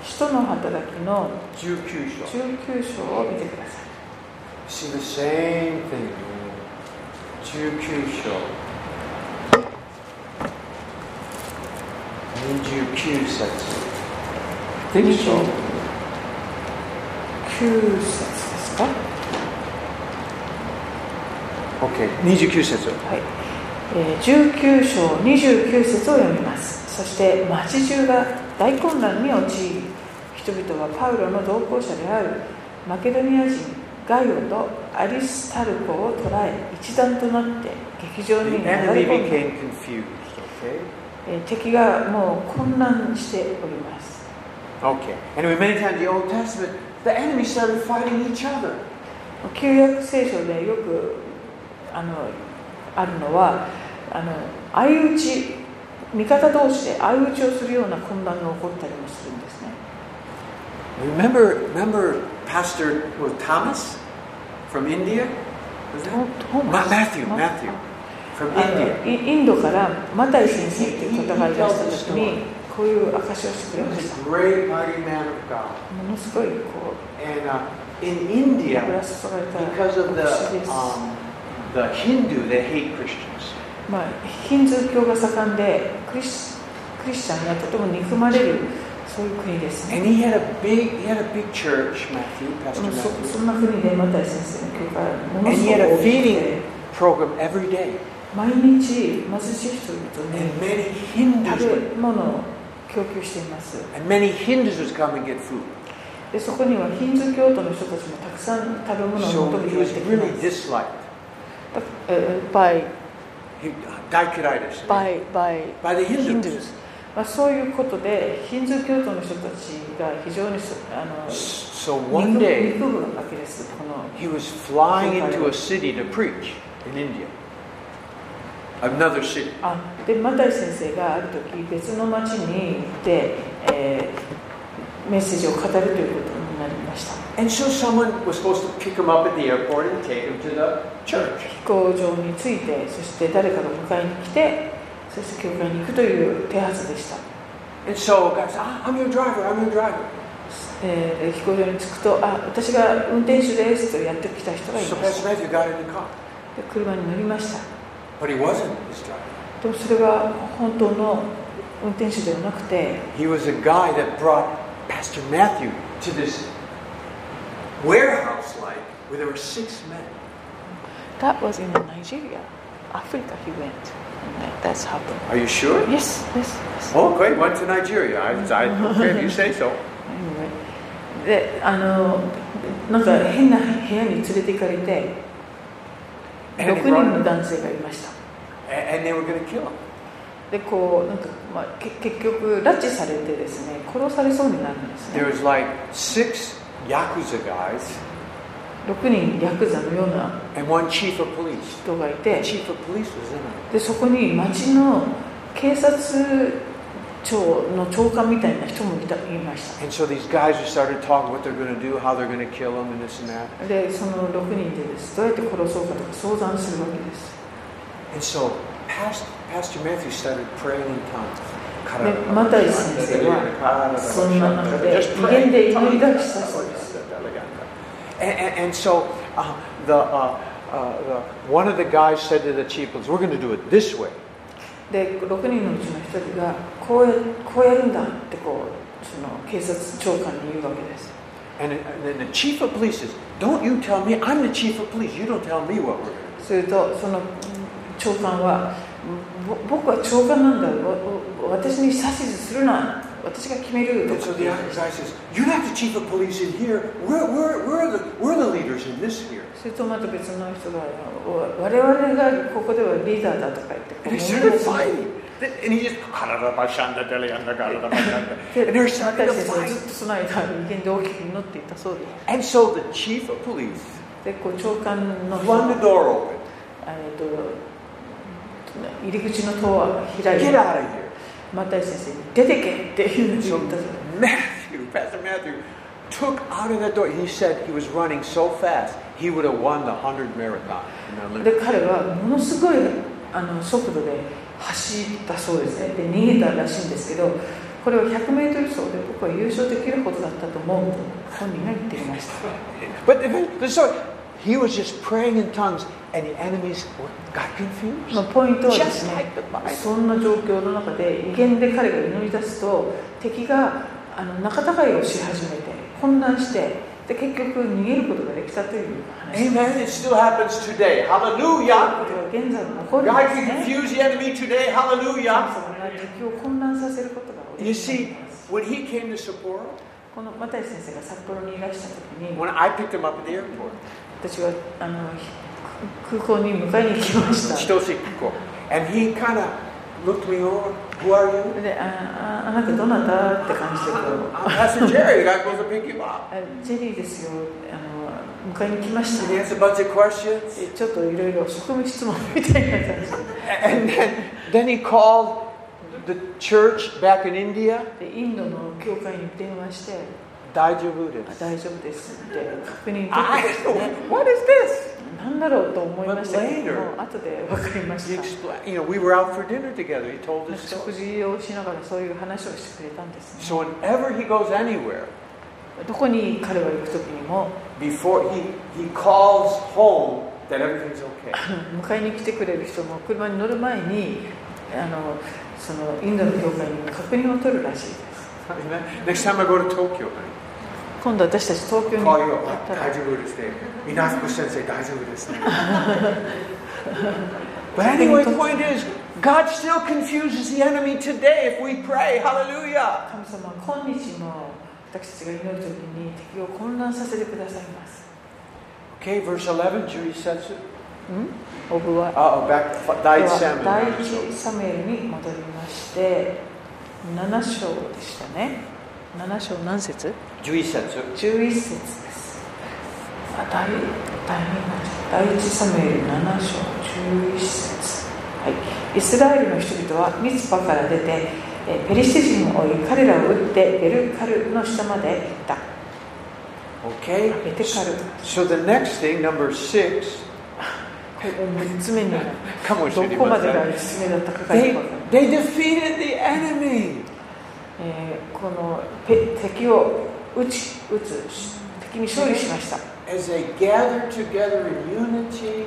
Speaker 2: 使徒の働きの
Speaker 1: 19章
Speaker 2: 19章を見てください
Speaker 1: See the same thing. man. 19章29節。
Speaker 2: 29
Speaker 1: で
Speaker 2: 節
Speaker 1: しょ
Speaker 2: ですか
Speaker 1: OK。29節。
Speaker 2: はい、えー19章29節を読みますそして町中が大混乱に陥り人々はパウロの同行者であるマケドニア人ガイオとアリスタルコを捕らえ一団となって劇場
Speaker 1: The
Speaker 2: に流れ
Speaker 1: enemy
Speaker 2: 込んだ、
Speaker 1: became confused, okay?
Speaker 2: えー敵がもう混乱しております
Speaker 1: Okay. Anyway, many times in the Old Testament, the enemy started fighting each other.
Speaker 2: 旧約聖書でよくあのあるのはあの相打ち味方同士で相打ちをするような混乱が起こったりもするんですね
Speaker 1: Remember, remember Pastor was Thomas from India? Was that?
Speaker 2: トー
Speaker 1: Oh, Ma-
Speaker 2: マス
Speaker 1: Matthew,
Speaker 2: マ
Speaker 1: Matthew. From
Speaker 2: あ
Speaker 1: India.
Speaker 2: のイインドからマタイ先生という方がいらした時にこういう証しをして
Speaker 1: He
Speaker 2: くれま
Speaker 1: was
Speaker 2: し
Speaker 1: a great, mighty man of God.
Speaker 2: たものすごいこう
Speaker 1: And uh, in
Speaker 2: 油
Speaker 1: India,
Speaker 2: 注がれた
Speaker 1: because of
Speaker 2: 証しで
Speaker 1: the
Speaker 2: す、
Speaker 1: um, the Hindu, they hate Christians.
Speaker 2: まあ、ヒンズー教が盛んでクリスクリスチャンがとても憎まれるそういう国ですね
Speaker 1: And he had a big, he had a big church, Matthew,
Speaker 2: で
Speaker 1: Pastor
Speaker 2: もそ
Speaker 1: Matthew,
Speaker 2: そんな国でマタイ先生の教会はも
Speaker 1: And
Speaker 2: のすご
Speaker 1: he had a
Speaker 2: く多くて
Speaker 1: feeding program every day.
Speaker 2: 毎日貧しい人々
Speaker 1: And
Speaker 2: に
Speaker 1: many Hindus,
Speaker 2: 食
Speaker 1: would,
Speaker 2: べ物を供給しています
Speaker 1: and many Hindus would come and get food.
Speaker 2: でそこにはヒンズー教徒の人たちもたくさん食べ物を
Speaker 1: So
Speaker 2: 求め
Speaker 1: he
Speaker 2: てや
Speaker 1: was
Speaker 2: ってきま
Speaker 1: really
Speaker 2: す
Speaker 1: disliked.
Speaker 2: だえー by,
Speaker 1: He, Daikiritis.
Speaker 2: by, by
Speaker 1: By the Hindus.
Speaker 2: Hindus まあ、そういうことでヒンズー教徒の人たちが非常にそあの
Speaker 1: So
Speaker 2: 憎
Speaker 1: one
Speaker 2: む
Speaker 1: day,
Speaker 2: 憎むわけですこの
Speaker 1: He was flying into a city to preach in India. Another city.
Speaker 2: あでマタイ先生がある時別の町に行って、えーメッセージを語るということになりました
Speaker 1: And so someone was supposed to pick him up at the airport and take him to the church.
Speaker 2: 飛行場に着いてそして誰かが迎えに来てそして教会に行くという手はずでした
Speaker 1: And so God said, ah, I'm your driver, I'm your driver.
Speaker 2: えー飛行場に着くと「あ私が運転手です」とやってきた人がい
Speaker 1: So
Speaker 2: まし
Speaker 1: Pastor
Speaker 2: た
Speaker 1: Matthew got in the car.
Speaker 2: で車に乗りました
Speaker 1: But he wasn't his driver.
Speaker 2: でもそれは本当の運転手ではなくて
Speaker 1: He was a guy that brought Pastor Matthew to this warehouse like where there were six men.
Speaker 2: That was in Nigeria Africa he went That's happened
Speaker 1: Are you sure?
Speaker 2: Yes, yes, yes.
Speaker 1: Oh, great. Went to Nigeria. I, I, okay, if you say so.
Speaker 2: Anyway. であのなんか変な部屋に連れて行かれて
Speaker 1: And they
Speaker 2: 6人
Speaker 1: brought
Speaker 2: の
Speaker 1: him,
Speaker 2: 男性がいました
Speaker 1: and- and they were going to kill him.
Speaker 2: でこうなんか、まあ、け結局拉致されてですね殺されそうになるんです
Speaker 1: There
Speaker 2: ね
Speaker 1: was like six yakuza guys
Speaker 2: 6人ヤクザのような
Speaker 1: and one chief of police.
Speaker 2: 人がい
Speaker 1: The
Speaker 2: て
Speaker 1: chief of police was in it.
Speaker 2: でそこに町の警察庁の長官みたいな人もいたいました
Speaker 1: And so these guys just started talking what they're going to do, how they're going to kill him, and this and that.
Speaker 2: でその6人でですどうやって殺そうかとか相談するわけです
Speaker 1: And so Pastor, Pastor Matthew started praying in tongues.
Speaker 2: その中で、
Speaker 1: Just praying in
Speaker 2: 威厳で祈り出したそうです。
Speaker 1: And, and, and so uh, the, uh, uh, the, one of the guys said to the chief, of police, we're going to do it this way.
Speaker 2: で6人のうちの1人がこうやこうやるんだってこうその警察長官に言うわけです
Speaker 1: And, and then the chief of police says, Don't you tell me, I'm the chief of police, you don't tell me what we're going to do.
Speaker 2: するとその長官はぼ僕は長官なんだわわ私に指図するな私が決めると
Speaker 1: And
Speaker 2: か
Speaker 1: so the other guy says, You're not the chief of police in here, we're, we're, we're, the, we're the leaders in this here.
Speaker 2: するとまた別の人がわ我々がここではリーダーだとか言って
Speaker 1: And they
Speaker 2: Oh.
Speaker 1: started fighting. And he just, and
Speaker 2: で
Speaker 1: they're
Speaker 2: 私た
Speaker 1: starting to
Speaker 2: ちはず
Speaker 1: fight.
Speaker 2: っとその間威厳で大きく祈っていたそうです
Speaker 1: And so the chief of police
Speaker 2: で、こう長官の
Speaker 1: flung the door open.
Speaker 2: えっと入り口の戸は開い
Speaker 1: Get
Speaker 2: て、
Speaker 1: out of here.
Speaker 2: マタイ先生に出てけって言うんです
Speaker 1: So
Speaker 2: よ。
Speaker 1: Matthew, Pastor Matthew, took out of that door. He said he was running so fast, he would have won the 100 marathon in the
Speaker 2: で
Speaker 1: Olympics.、
Speaker 2: 彼はものすごいあの速度で走ったそうですね。で、逃げたらしいんですけど、これは100メートル走で僕は優勝できるほどだったと思うと本人が言っていました。
Speaker 1: But the- the story, he was just praying in tongues, and the enemies got
Speaker 2: まあ
Speaker 1: confused.
Speaker 2: ポイントはです
Speaker 1: Just
Speaker 2: ね、
Speaker 1: like the Bible.
Speaker 2: そんな状況の中で、威厳で彼が祈り出すと、敵があの仲違いをし始めて、混乱して、で結局逃げることができたという話。
Speaker 1: Amen. It still happens today. Hallelujah.
Speaker 2: これは現在も起こるん
Speaker 1: God
Speaker 2: です
Speaker 1: can
Speaker 2: ね。
Speaker 1: confuse the enemy today.
Speaker 2: 神
Speaker 1: Hallelujah.
Speaker 2: 様が敵を混乱させることが多い
Speaker 1: You see, when he came to Sapporo,
Speaker 2: このマタイ先生が札幌にいらした時に
Speaker 1: when I picked him up at the airport,
Speaker 2: 私はあのひ空港に迎えに行きました
Speaker 1: Chitosiko, and he kind of looked me over. Who are you?
Speaker 2: であああなたどなたって感じでこう
Speaker 1: I'm Pastor Jerry. I was to pick you up.
Speaker 2: あジェリーですよあの迎えに来ました
Speaker 1: And he asked a bunch of questions.
Speaker 2: えちょっといろいろ職務質問みたいな感じ
Speaker 1: And then, then he called the church back in India.
Speaker 2: ででインドの教会に電話して
Speaker 1: Daijavu
Speaker 2: あ
Speaker 1: desu.
Speaker 2: 大丈夫ですって確認
Speaker 1: I
Speaker 2: 取ってですね
Speaker 1: what is this?
Speaker 2: 何だろうと思いましたけども
Speaker 1: But
Speaker 2: 後で分かりま
Speaker 1: He
Speaker 2: した
Speaker 1: explained, you know, we were out for dinner together. He told
Speaker 2: なん
Speaker 1: his
Speaker 2: か
Speaker 1: story.
Speaker 2: 食事をしながらそういう話をしてくれたんですね
Speaker 1: So whenever he goes anywhere,
Speaker 2: どこに彼は行く時にも
Speaker 1: before he, he calls home that everything's okay.
Speaker 2: 迎えに来てくれる人も車に乗る前にあのそのインドの教会に確認を取るらしいです
Speaker 1: Amen. Next time I go to Tokyo, honey,
Speaker 2: 今度私たち東京に
Speaker 1: call you
Speaker 2: 行
Speaker 1: up.
Speaker 2: ったら
Speaker 1: Daijavu desu. Minafuku sensei, daijavu desu.
Speaker 2: 勝
Speaker 1: But
Speaker 2: 手に
Speaker 1: anyway, the
Speaker 2: 取っ
Speaker 1: point is, God still confuses the enemy today if we pray. Hallelujah.
Speaker 2: 神様は今日も私たちが祈る時に敵を混乱させてくださいます
Speaker 1: Okay, verse 11, Judy says it.
Speaker 2: オブは
Speaker 1: Uh oh, back to
Speaker 2: で
Speaker 1: died
Speaker 2: は
Speaker 1: salmon.
Speaker 2: 第一サムエルに戻りまして7章でしたね7章何節
Speaker 1: Judy says it.
Speaker 2: 11節です。あ第第二第1サムエル7章11節、はい、イスラエルの人々はミツパから出てえペリシテ人を追い彼らを撃ってベルカルの下まで行った
Speaker 1: Okay.
Speaker 2: ベテカル
Speaker 1: So the next thing, number six,
Speaker 2: 3つ目に
Speaker 1: come on,
Speaker 2: ど
Speaker 1: Judy.
Speaker 2: こま
Speaker 1: what's
Speaker 2: でが
Speaker 1: that?
Speaker 2: 3つ目だったかがよ
Speaker 1: They,
Speaker 2: くわかんない
Speaker 1: they defeated the enemy.
Speaker 2: えーこのペ敵を撃ち撃つ敵に勝利しました
Speaker 1: As they gathered together in unity,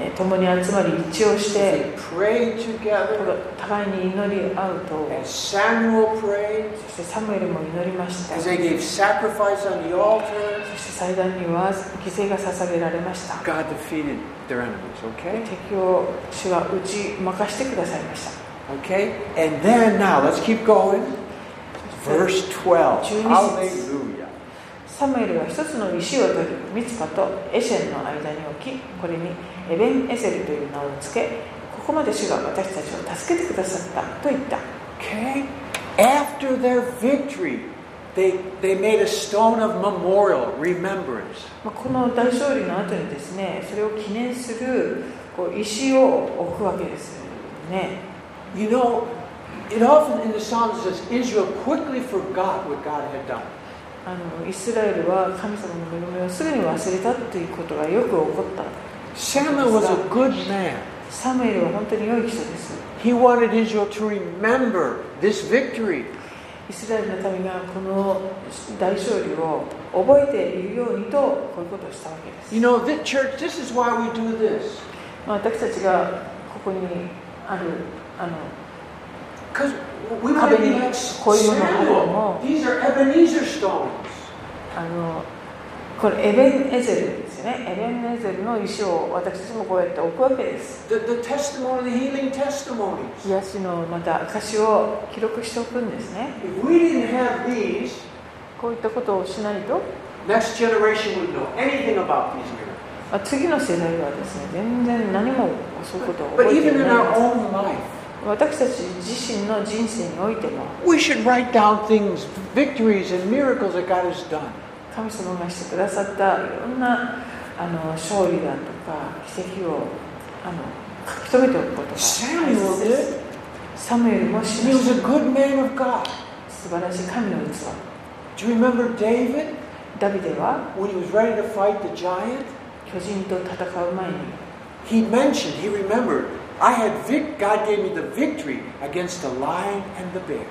Speaker 2: えー共に集まり一致をし
Speaker 1: they
Speaker 2: て
Speaker 1: prayed together,
Speaker 2: 互いに祈り合うと
Speaker 1: as Samuel prayed,
Speaker 2: そしてサムエルも祈りました。
Speaker 1: as
Speaker 2: そ
Speaker 1: they
Speaker 2: して
Speaker 1: gave sacrifice on the altar.
Speaker 2: 祭壇には犠牲が捧げられました。
Speaker 1: God defeated their enemies, okay?
Speaker 2: 敵を主は打ち負かしてくださいました。
Speaker 1: Okay? And then now, let's keep going. Verse 12.
Speaker 2: Jesus.
Speaker 1: Hallelujah.
Speaker 2: サムエルは一つの石を取り、ミツパとエシェンの間に置き、これにエベン・エセルという名をつけ、ここまで主が私たちを助けてくださったと言った。
Speaker 1: Okay? After their victory, they, they made a stone of memorial, remembrance.
Speaker 2: まあこの大勝利の後にですね、それを記念するこう石を置くわけですよね。
Speaker 1: You know, it often in the Psalms says Israel quickly forgot what God had done.
Speaker 2: あのイスラエルは神様の恵みをすぐに忘れたということがよく起こった
Speaker 1: Samuel was a good man.
Speaker 2: サムエルは本当に良い人です
Speaker 1: He wanted Israel to remember this victory.
Speaker 2: イスラエルの民がこの大勝利を覚えているようにとこういうことをしたわけです
Speaker 1: You、know, this church, this is why we do this.
Speaker 2: まあ、私たちがここにあるあの
Speaker 1: Because we want to be like Samuel. These are Ebenezer stones.
Speaker 2: あのこれエベン・エゼルですよねエベン・エゼルの石を私たちもこうやって置くわけです
Speaker 1: The, the testimony, the healing testimonies.
Speaker 2: 癒しのまた証を記録しておくんですね
Speaker 1: If we didn't have these,
Speaker 2: こういったことをしないと
Speaker 1: next generation would know anything about these miracles.
Speaker 2: まあ次の世代はですね全然何もそういうこと
Speaker 1: But
Speaker 2: を覚えてい
Speaker 1: even in
Speaker 2: ない
Speaker 1: our own life,
Speaker 2: 私たち自身の人生においても
Speaker 1: we should write down things, victories and miracles that God has done.
Speaker 2: 神様がしてくださったいろんなあの勝利だとか奇跡をあの書き留めておくことが大切です
Speaker 1: Samuel
Speaker 2: サムエルもし
Speaker 1: He
Speaker 2: ま
Speaker 1: was
Speaker 2: し
Speaker 1: a good man of God.
Speaker 2: 素晴らしい神の器
Speaker 1: Do you remember David
Speaker 2: ダビデは
Speaker 1: when he was ready to fight the giant?
Speaker 2: 巨人と戦う前に
Speaker 1: He mentioned, he remembered, I had vic- God gave me the victory against the lion and the bear.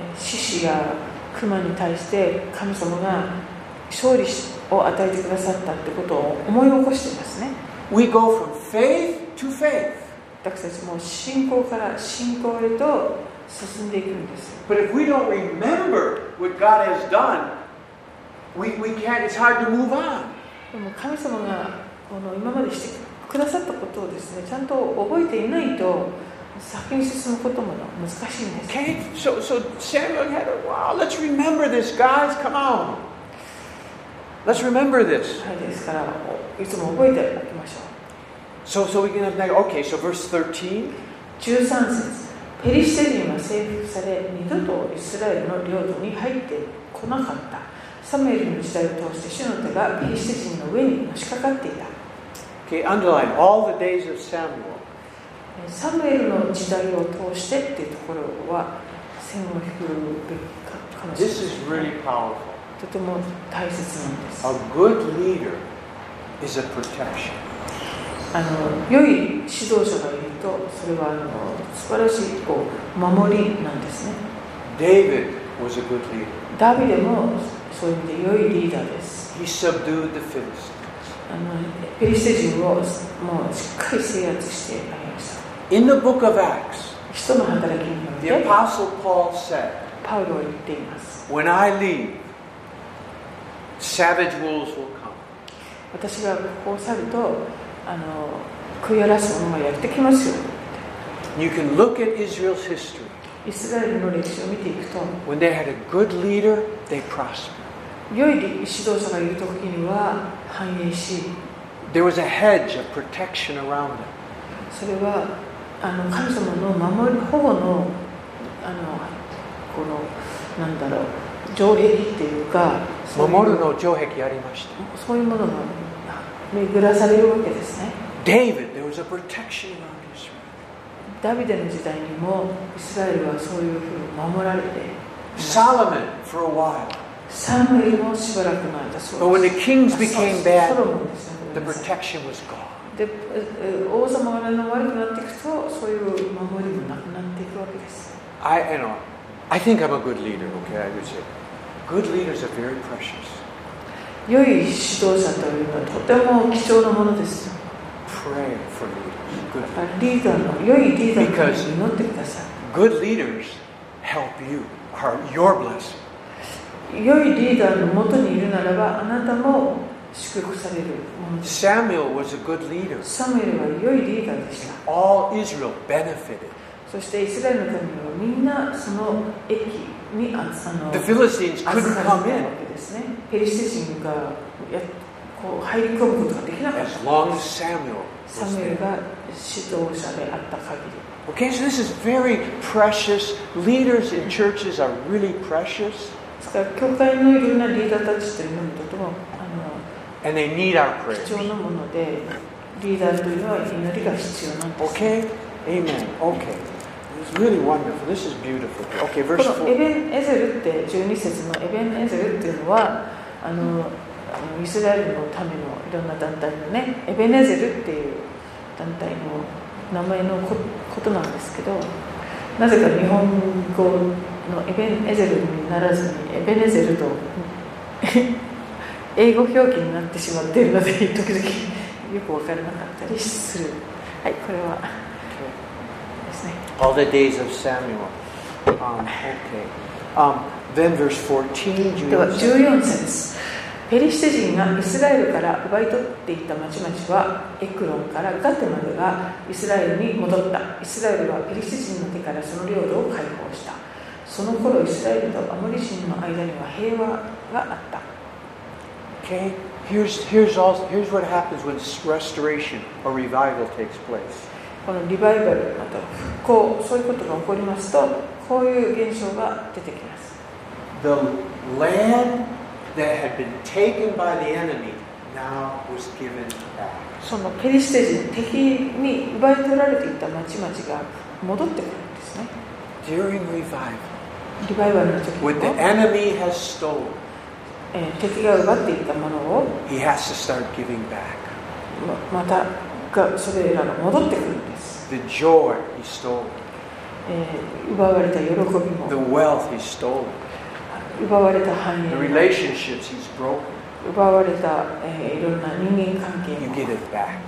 Speaker 2: えー獅子や熊に対して神様が勝利を与えてくださったってことを思い起こしてますね
Speaker 1: We go from faith to faith.
Speaker 2: 私たちも信仰から信仰へと進んでいくんです
Speaker 1: But if we don't remember what God has done, we, we can't, it's hard to move on.
Speaker 2: でも神様がこの今までしてくださったことをですねちゃんと覚えていないと先に進むことも難しいんです
Speaker 1: Okay, so, so Samuel had a, wow, let's remember this, guys, come on. Let's remember this.
Speaker 2: はいですからおいつも覚えておきましょう
Speaker 1: So, so we can have, neg- okay, so verse 13.
Speaker 2: 13節ペリシテ人は征服され二度とイスラエルの領土に入ってこなかったサムエルの時代を通して主の手がペリシテ人の上にのしかかっていた
Speaker 1: Okay, underline, all the days of Samuel.
Speaker 2: サムエルの時代を通してっていうところは線を引くべきかかもしれない
Speaker 1: This is really powerful.
Speaker 2: とても大切なんです
Speaker 1: A good leader is a protection.
Speaker 2: あの良い指導者がいるとそれはあの素晴らしいこう守りなんですね
Speaker 1: David was a good leader.
Speaker 2: ダビデもそういう意味で良いリーダーです
Speaker 1: He subdued the Philistines.
Speaker 2: あのペリシテ人をもうしっかり制圧してあげました
Speaker 1: In the book of Acts,
Speaker 2: 人の働きによっ
Speaker 1: the
Speaker 2: て
Speaker 1: Apostle Paul said,
Speaker 2: パウロは言っています
Speaker 1: When I leave, savage wolves will come.
Speaker 2: 私がここを去るとあの食い荒らす者がやってきますよ
Speaker 1: You can look at Israel's history.
Speaker 2: イスラエルの歴史を見ていくと
Speaker 1: When they had a good leader, they prospered.
Speaker 2: 良い指導者がいる時には繁栄し
Speaker 1: There was a hedge of protection around them.
Speaker 2: それはあの神様の守る保護のあのこのなんだろう城壁っていうかそういう
Speaker 1: 守るの城壁ありました。
Speaker 2: そういうものが巡らされるわけですね
Speaker 1: David, there was a protection around Israel.
Speaker 2: ダビデの時代にもイスラエルはそういうふうに守られて
Speaker 1: Solomon for a while.
Speaker 2: サムエルもしばらくの間
Speaker 1: But
Speaker 2: そう
Speaker 1: when
Speaker 2: で
Speaker 1: the
Speaker 2: す
Speaker 1: kings became
Speaker 2: あそう
Speaker 1: bad,
Speaker 2: ソロモンですね
Speaker 1: the
Speaker 2: ごめんなさい
Speaker 1: protection was gone.
Speaker 2: でええ王様がだんだん悪くなっていくとそういう守りもなくなっていくわけです
Speaker 1: I, you know, I think I'm a good leader. Okay, I would say, good leaders are very precious.
Speaker 2: 良い指導者というのはとても貴重なものですよ
Speaker 1: Pray for leaders. Good,
Speaker 2: リーダーの良いリーダーのために祈ってくださ
Speaker 1: good leaders help you. Are your blessing.
Speaker 2: い良いリーダーのもとにいるならばあなたも祝福されるものです
Speaker 1: Samuel was a good leader.
Speaker 2: サムエルは良いリーダーでした
Speaker 1: All Israel benefited.
Speaker 2: そしてイスラエルの民はみんなその駅にああの
Speaker 1: The Philistines
Speaker 2: 預
Speaker 1: couldn't come
Speaker 2: かれたわ
Speaker 1: in
Speaker 2: けですねペリシテ人がやこう入り込むことができなかっ
Speaker 1: as
Speaker 2: た
Speaker 1: long as Samuel
Speaker 2: サ
Speaker 1: was
Speaker 2: ムエル
Speaker 1: there.
Speaker 2: が指導者であった限り
Speaker 1: Okay, so this is very precious. Leaders in churches are really precious,
Speaker 2: ですから教会のいろんなリーダーたちというのもとてもあの
Speaker 1: and they need our prayers.
Speaker 2: 貴重なものでリーダーというのは祈りが必要なんです、
Speaker 1: Okay? Amen. Okay. It's really wonderful. This is beautiful. Okay, verse
Speaker 2: このエ
Speaker 1: 4.
Speaker 2: ベン・エゼルって12節のエベン・エゼルっていうのはあのあのイスラエルのためのいろんな団体のねエベン・エゼルっていう団体の名前のこことなんですけどなぜか日本語のエベン・エゼルにならずにエベン・エゼルと 英語表記になってしまっているので時々よく分からなかったりするはいこれは
Speaker 1: Okay.
Speaker 2: ですね
Speaker 1: All the days of Samuel. Um, okay. Um, then verse 14.
Speaker 2: では
Speaker 1: Judas.
Speaker 2: 14節ペリシテ人がイスラエルから奪い取っていた町々はエクロンからガテまでがイスラエルに戻ったイスラエルはペリシテ人の手からその領土を解放したその頃イスラエルとアモリ人の間には平和があった
Speaker 1: Okay. Here's, here's, all, here's what happens when s- restoration or revival takes place.
Speaker 2: このリバイバルまた復興そういうことが起こりますとこういう現象が出てきます
Speaker 1: The land that had been taken by the enemy now was given back.
Speaker 2: そのペリシテ人敵に奪い取られていた町々が戻ってくるんですね
Speaker 1: During revival,
Speaker 2: リバイバルの時
Speaker 1: what the
Speaker 2: にも、
Speaker 1: enemy has stolen,
Speaker 2: えー敵が奪っていたものを
Speaker 1: he has to start giving back.
Speaker 2: ままたがそれらが戻ってくるんです、
Speaker 1: The joy he stole,
Speaker 2: えー奪われた喜び
Speaker 1: the
Speaker 2: も
Speaker 1: wealth he stole,
Speaker 2: 奪われた繁
Speaker 1: the
Speaker 2: 栄も
Speaker 1: relationships he's broken,
Speaker 2: 奪われた、えーいろんな人間関
Speaker 1: you get
Speaker 2: 係
Speaker 1: it back.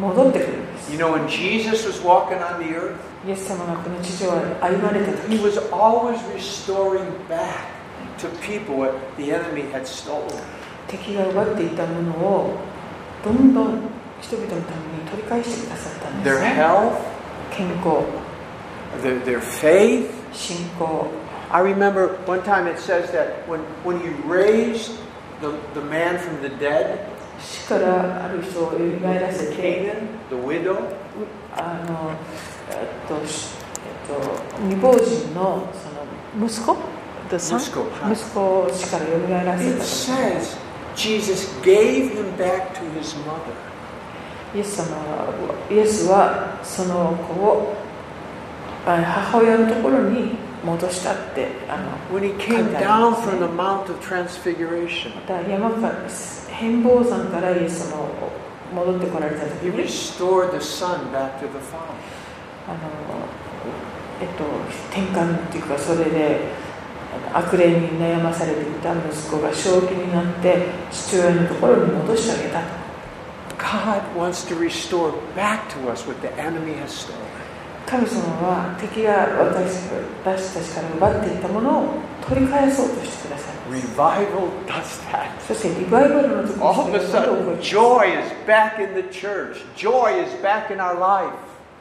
Speaker 2: も戻ってくるんです
Speaker 1: You know, when Jesus was walking on the earth,
Speaker 2: イエス様がこの地上を歩まれた
Speaker 1: he
Speaker 2: 時
Speaker 1: was always restoring back to people what the enemy had stolen.
Speaker 2: 敵が奪っていたものをどんどん人々のために取り返してくださったんです
Speaker 1: Their
Speaker 2: ね
Speaker 1: health,
Speaker 2: 健康
Speaker 1: their, their faith,
Speaker 2: 信仰
Speaker 1: I remember one time it says that when, when he raised the, the man from the dead,
Speaker 2: 死からある人を蘇らせて
Speaker 1: the widow,
Speaker 2: あのえっと、しえっと、未亡人のその息子 the son？
Speaker 1: Musco,
Speaker 2: 息子を死から蘇らせ
Speaker 1: it
Speaker 2: た
Speaker 1: says Jesus gave him back to his mother.
Speaker 2: イエス様はイエスはその子をあ母親のところに戻したってあの
Speaker 1: When he came
Speaker 2: Okay.
Speaker 1: down from the Mount of Transfiguration,
Speaker 2: また山から変貌山からイエス様を戻ってこられた時
Speaker 1: he
Speaker 2: に
Speaker 1: restored the son back to the father.
Speaker 2: あの、えっと、転換っていうかそれであの悪霊に悩まされていた息子が正気になって父親のところに戻してあげた
Speaker 1: God wants to restore back to us what the enemy has stolen.
Speaker 2: 神様は敵が私私たちから奪っていったものを取り返そうとしてください
Speaker 1: Revival does that.
Speaker 2: そしてリバイバルの時に
Speaker 1: All of a
Speaker 2: それがどんどん
Speaker 1: sudden,
Speaker 2: 起こ
Speaker 1: joy is back in the church. Joy is back in our life.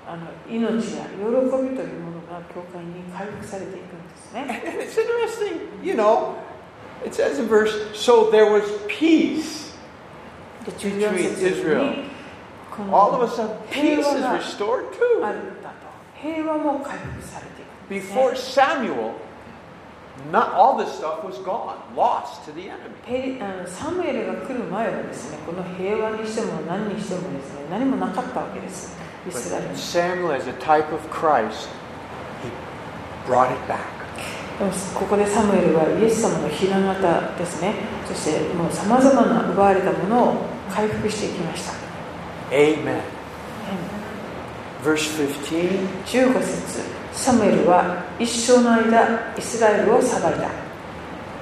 Speaker 2: あの命や喜びというものが教会に回復されていくんですね
Speaker 1: And it's interesting, you know, it says in verse, so there was peace.
Speaker 2: で
Speaker 1: Israel.
Speaker 2: 14節にこ
Speaker 1: All of
Speaker 2: の
Speaker 1: a sudden,
Speaker 2: 平
Speaker 1: peace
Speaker 2: 和
Speaker 1: is
Speaker 2: が
Speaker 1: restored
Speaker 2: あ
Speaker 1: too.
Speaker 2: るんだと平和も回復されていくんですね
Speaker 1: Before Samuel, not all this stuff was gone, lost to the enemy.
Speaker 2: ペリあのサムエルが来る前はですねこの平和にしても何にしてもですね何もなかったわけですイスラエル
Speaker 1: But
Speaker 2: に
Speaker 1: Samuel, as a type of Christ, he brought it back.
Speaker 2: でもここでサムエルはイエス様のひな形ですねそしてもうさまざまな奪われたものを回復していきました
Speaker 1: Amen. Verse 15.
Speaker 2: 15節サムエルは一生の間イスラエルを裁いた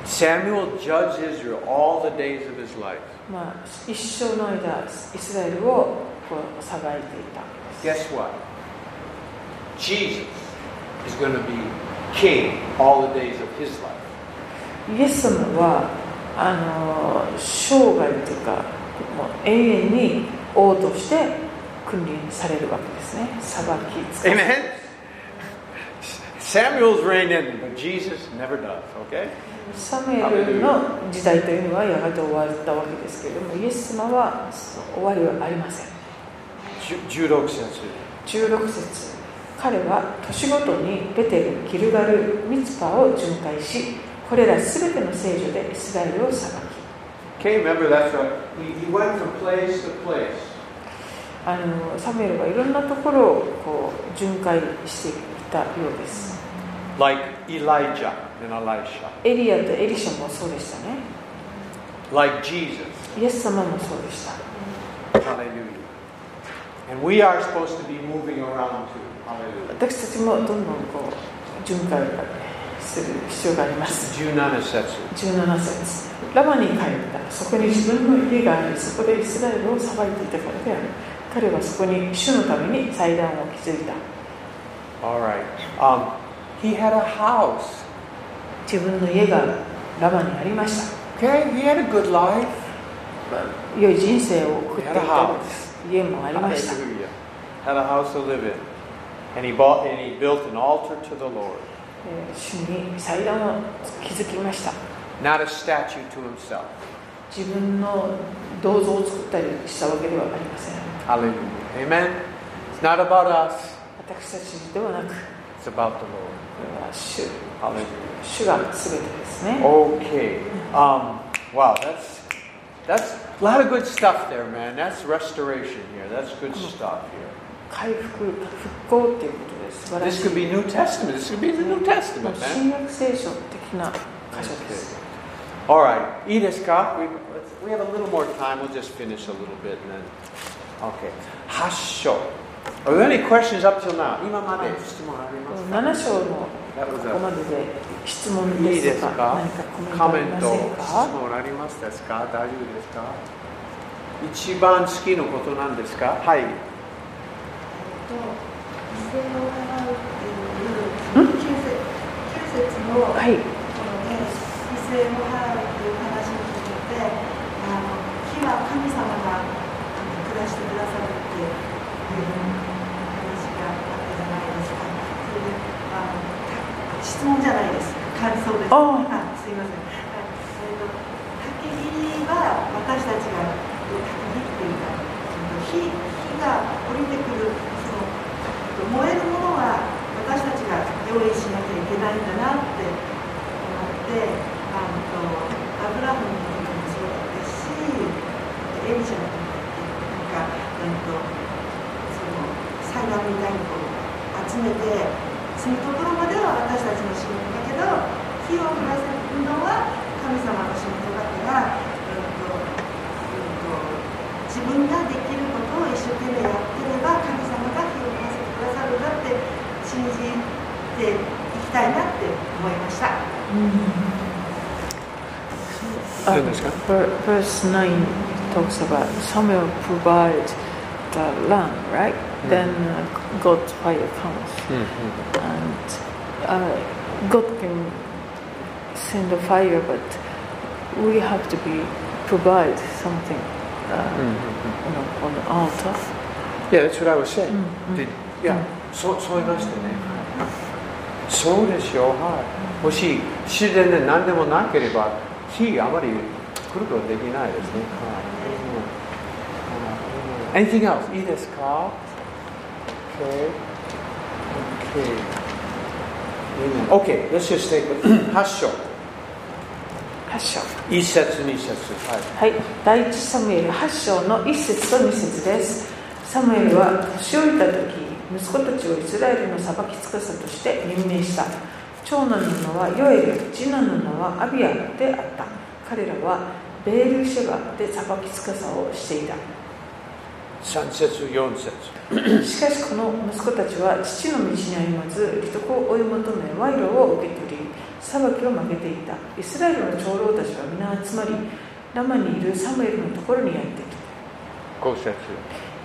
Speaker 1: Samuel judged Israel all the days of his life.
Speaker 2: まあ一生の間イスラエルをこう裁いていた
Speaker 1: Guess what? Jesus is going to be king all the days of his life.
Speaker 2: イエス様はあの生涯というかもう永遠に王として君臨されるわけですね裁き使い
Speaker 1: Amen? Samuel's reign ended, but Jesus never does, okay?
Speaker 2: サムエルの時代というのはやがて終わったわけですけれどもイエス様は終わりはありません
Speaker 1: Judo sensu.
Speaker 2: 16節彼は年ごとにベテルギルガルミツパを巡回しこれら全ての聖女でイスラエルを裁き
Speaker 1: Okay, remember that's right. He, he went from place to place.
Speaker 2: あのサムエルはいろんなところをこう巡回していたようです
Speaker 1: Like Elijah and Elisha.
Speaker 2: エリアとエリシャもそうでしたね
Speaker 1: Like Jesus.
Speaker 2: イエス様もそうでした
Speaker 1: Hallelujah. And we are supposed to be moving around too. Hallelujah.
Speaker 2: 私たちもどんどんこう巡回する必要があります
Speaker 1: Junana setsu.
Speaker 2: 17節ラバに帰ったそこに自分の家がありそこでイスラエルを裁いていたからである彼はそこに主のために祭壇を築いた
Speaker 1: All right. Um, he had a house.
Speaker 2: 自分の家がラバにありました
Speaker 1: Okay, he had a good life.
Speaker 2: 良い人生を送っていたようです家もありました
Speaker 1: Hallelujah. Had a house to live in, and he bought and he built an altar to the Lord,
Speaker 2: えー主に祭壇を築きました
Speaker 1: not a statue to himself.
Speaker 2: 自分の銅像を作ったりしたわけではありません
Speaker 1: Hallelujah. Amen. It's not about us.
Speaker 2: 私たちではなくこ
Speaker 1: It's about the Lord.
Speaker 2: れは主
Speaker 1: Hallelujah.
Speaker 2: 主が全てですね
Speaker 1: Okay. Um, wow, that's That's a lot of good stuff there, man. That's restoration here. That's good stuff here.
Speaker 2: 回復復興っていうことです素晴らし
Speaker 1: This
Speaker 2: い
Speaker 1: could be New Testament. This could be the New
Speaker 2: もう
Speaker 1: Testament, man.
Speaker 2: 新約聖書的な箇所です
Speaker 1: All right, Edith Scott, we, let's- we have a little more time. We'll just finish a little bit and then. Okay. Hasho. Are there any questions up till now? 今まで質問ありますか？
Speaker 2: 7章の
Speaker 1: That
Speaker 2: こ
Speaker 1: was
Speaker 2: こ
Speaker 1: a
Speaker 2: までで質問
Speaker 1: いいで
Speaker 2: ですす
Speaker 1: か
Speaker 2: とか何かコ
Speaker 1: コ
Speaker 2: メ
Speaker 1: メ
Speaker 2: ン
Speaker 1: ン
Speaker 2: ト
Speaker 1: ト
Speaker 2: ありません
Speaker 1: 質
Speaker 2: か
Speaker 1: 問ありますですか大丈夫ですか一番好きなことなんですかはい。
Speaker 3: えっと犠牲を払うっていう9節9節にあるんですけど、えっと、
Speaker 2: はい
Speaker 3: このね犠牲を払うっていう話を聞いてあの火は神様があの下してくださるっていう話があったじゃないですかそれであの質問じゃないです感想で
Speaker 2: あ
Speaker 3: すあすいませんはいえっと焚き火は私たちが焚き火っていうか火火が降りてくるその燃えるものは私たちが用意しなきゃいけないんだなって思ってあの油麩の時もそうだったしエリシャの時なんかなんとその祭壇みたいにこう集めてそのところまでは私たちの仕事だけど火を降らせるのは神様の仕事だから、えっとうんと自分ができることを一生懸命やってれば神様が広がらせてくださるんだって信じていきたいなって思いました。
Speaker 2: Uh,
Speaker 1: 何ですか
Speaker 2: ver- verse 9 talks about Samuel provides the lamb, right? Then uh, God's fire comes. And uh, God can send the fire, but we have to be provide something uh, you know, on the altar.
Speaker 1: Yeah, that's what I was saying.
Speaker 2: うんうん
Speaker 1: Did- yeah, そうそう言いましたね。そうですよ、はい。もし自然で何でもなければ、火あまり来ることできないですね。はい。うん Anything else? いいですか ?Okay. Okay. Okay, let's just take 8章。
Speaker 2: 発祥
Speaker 1: 1節、2節。はい。
Speaker 2: はい、第一サムエル8章の1節と2節です。サムエルは年老いた時、息子たちをイスラエルの裁きつかさとして任命した。長男の名はヨエル、次男の名はアビアであった。彼らはベールシェバで裁きつかさをしていた。
Speaker 1: 3節、4節。
Speaker 2: しかしこの息子たちは父の道に歩まず利得を追い求め賄賂を受け取り裁きを負けていたイスラエルの長老たちは皆集まりラマにいるサムエルのところにやってきた
Speaker 1: 5節。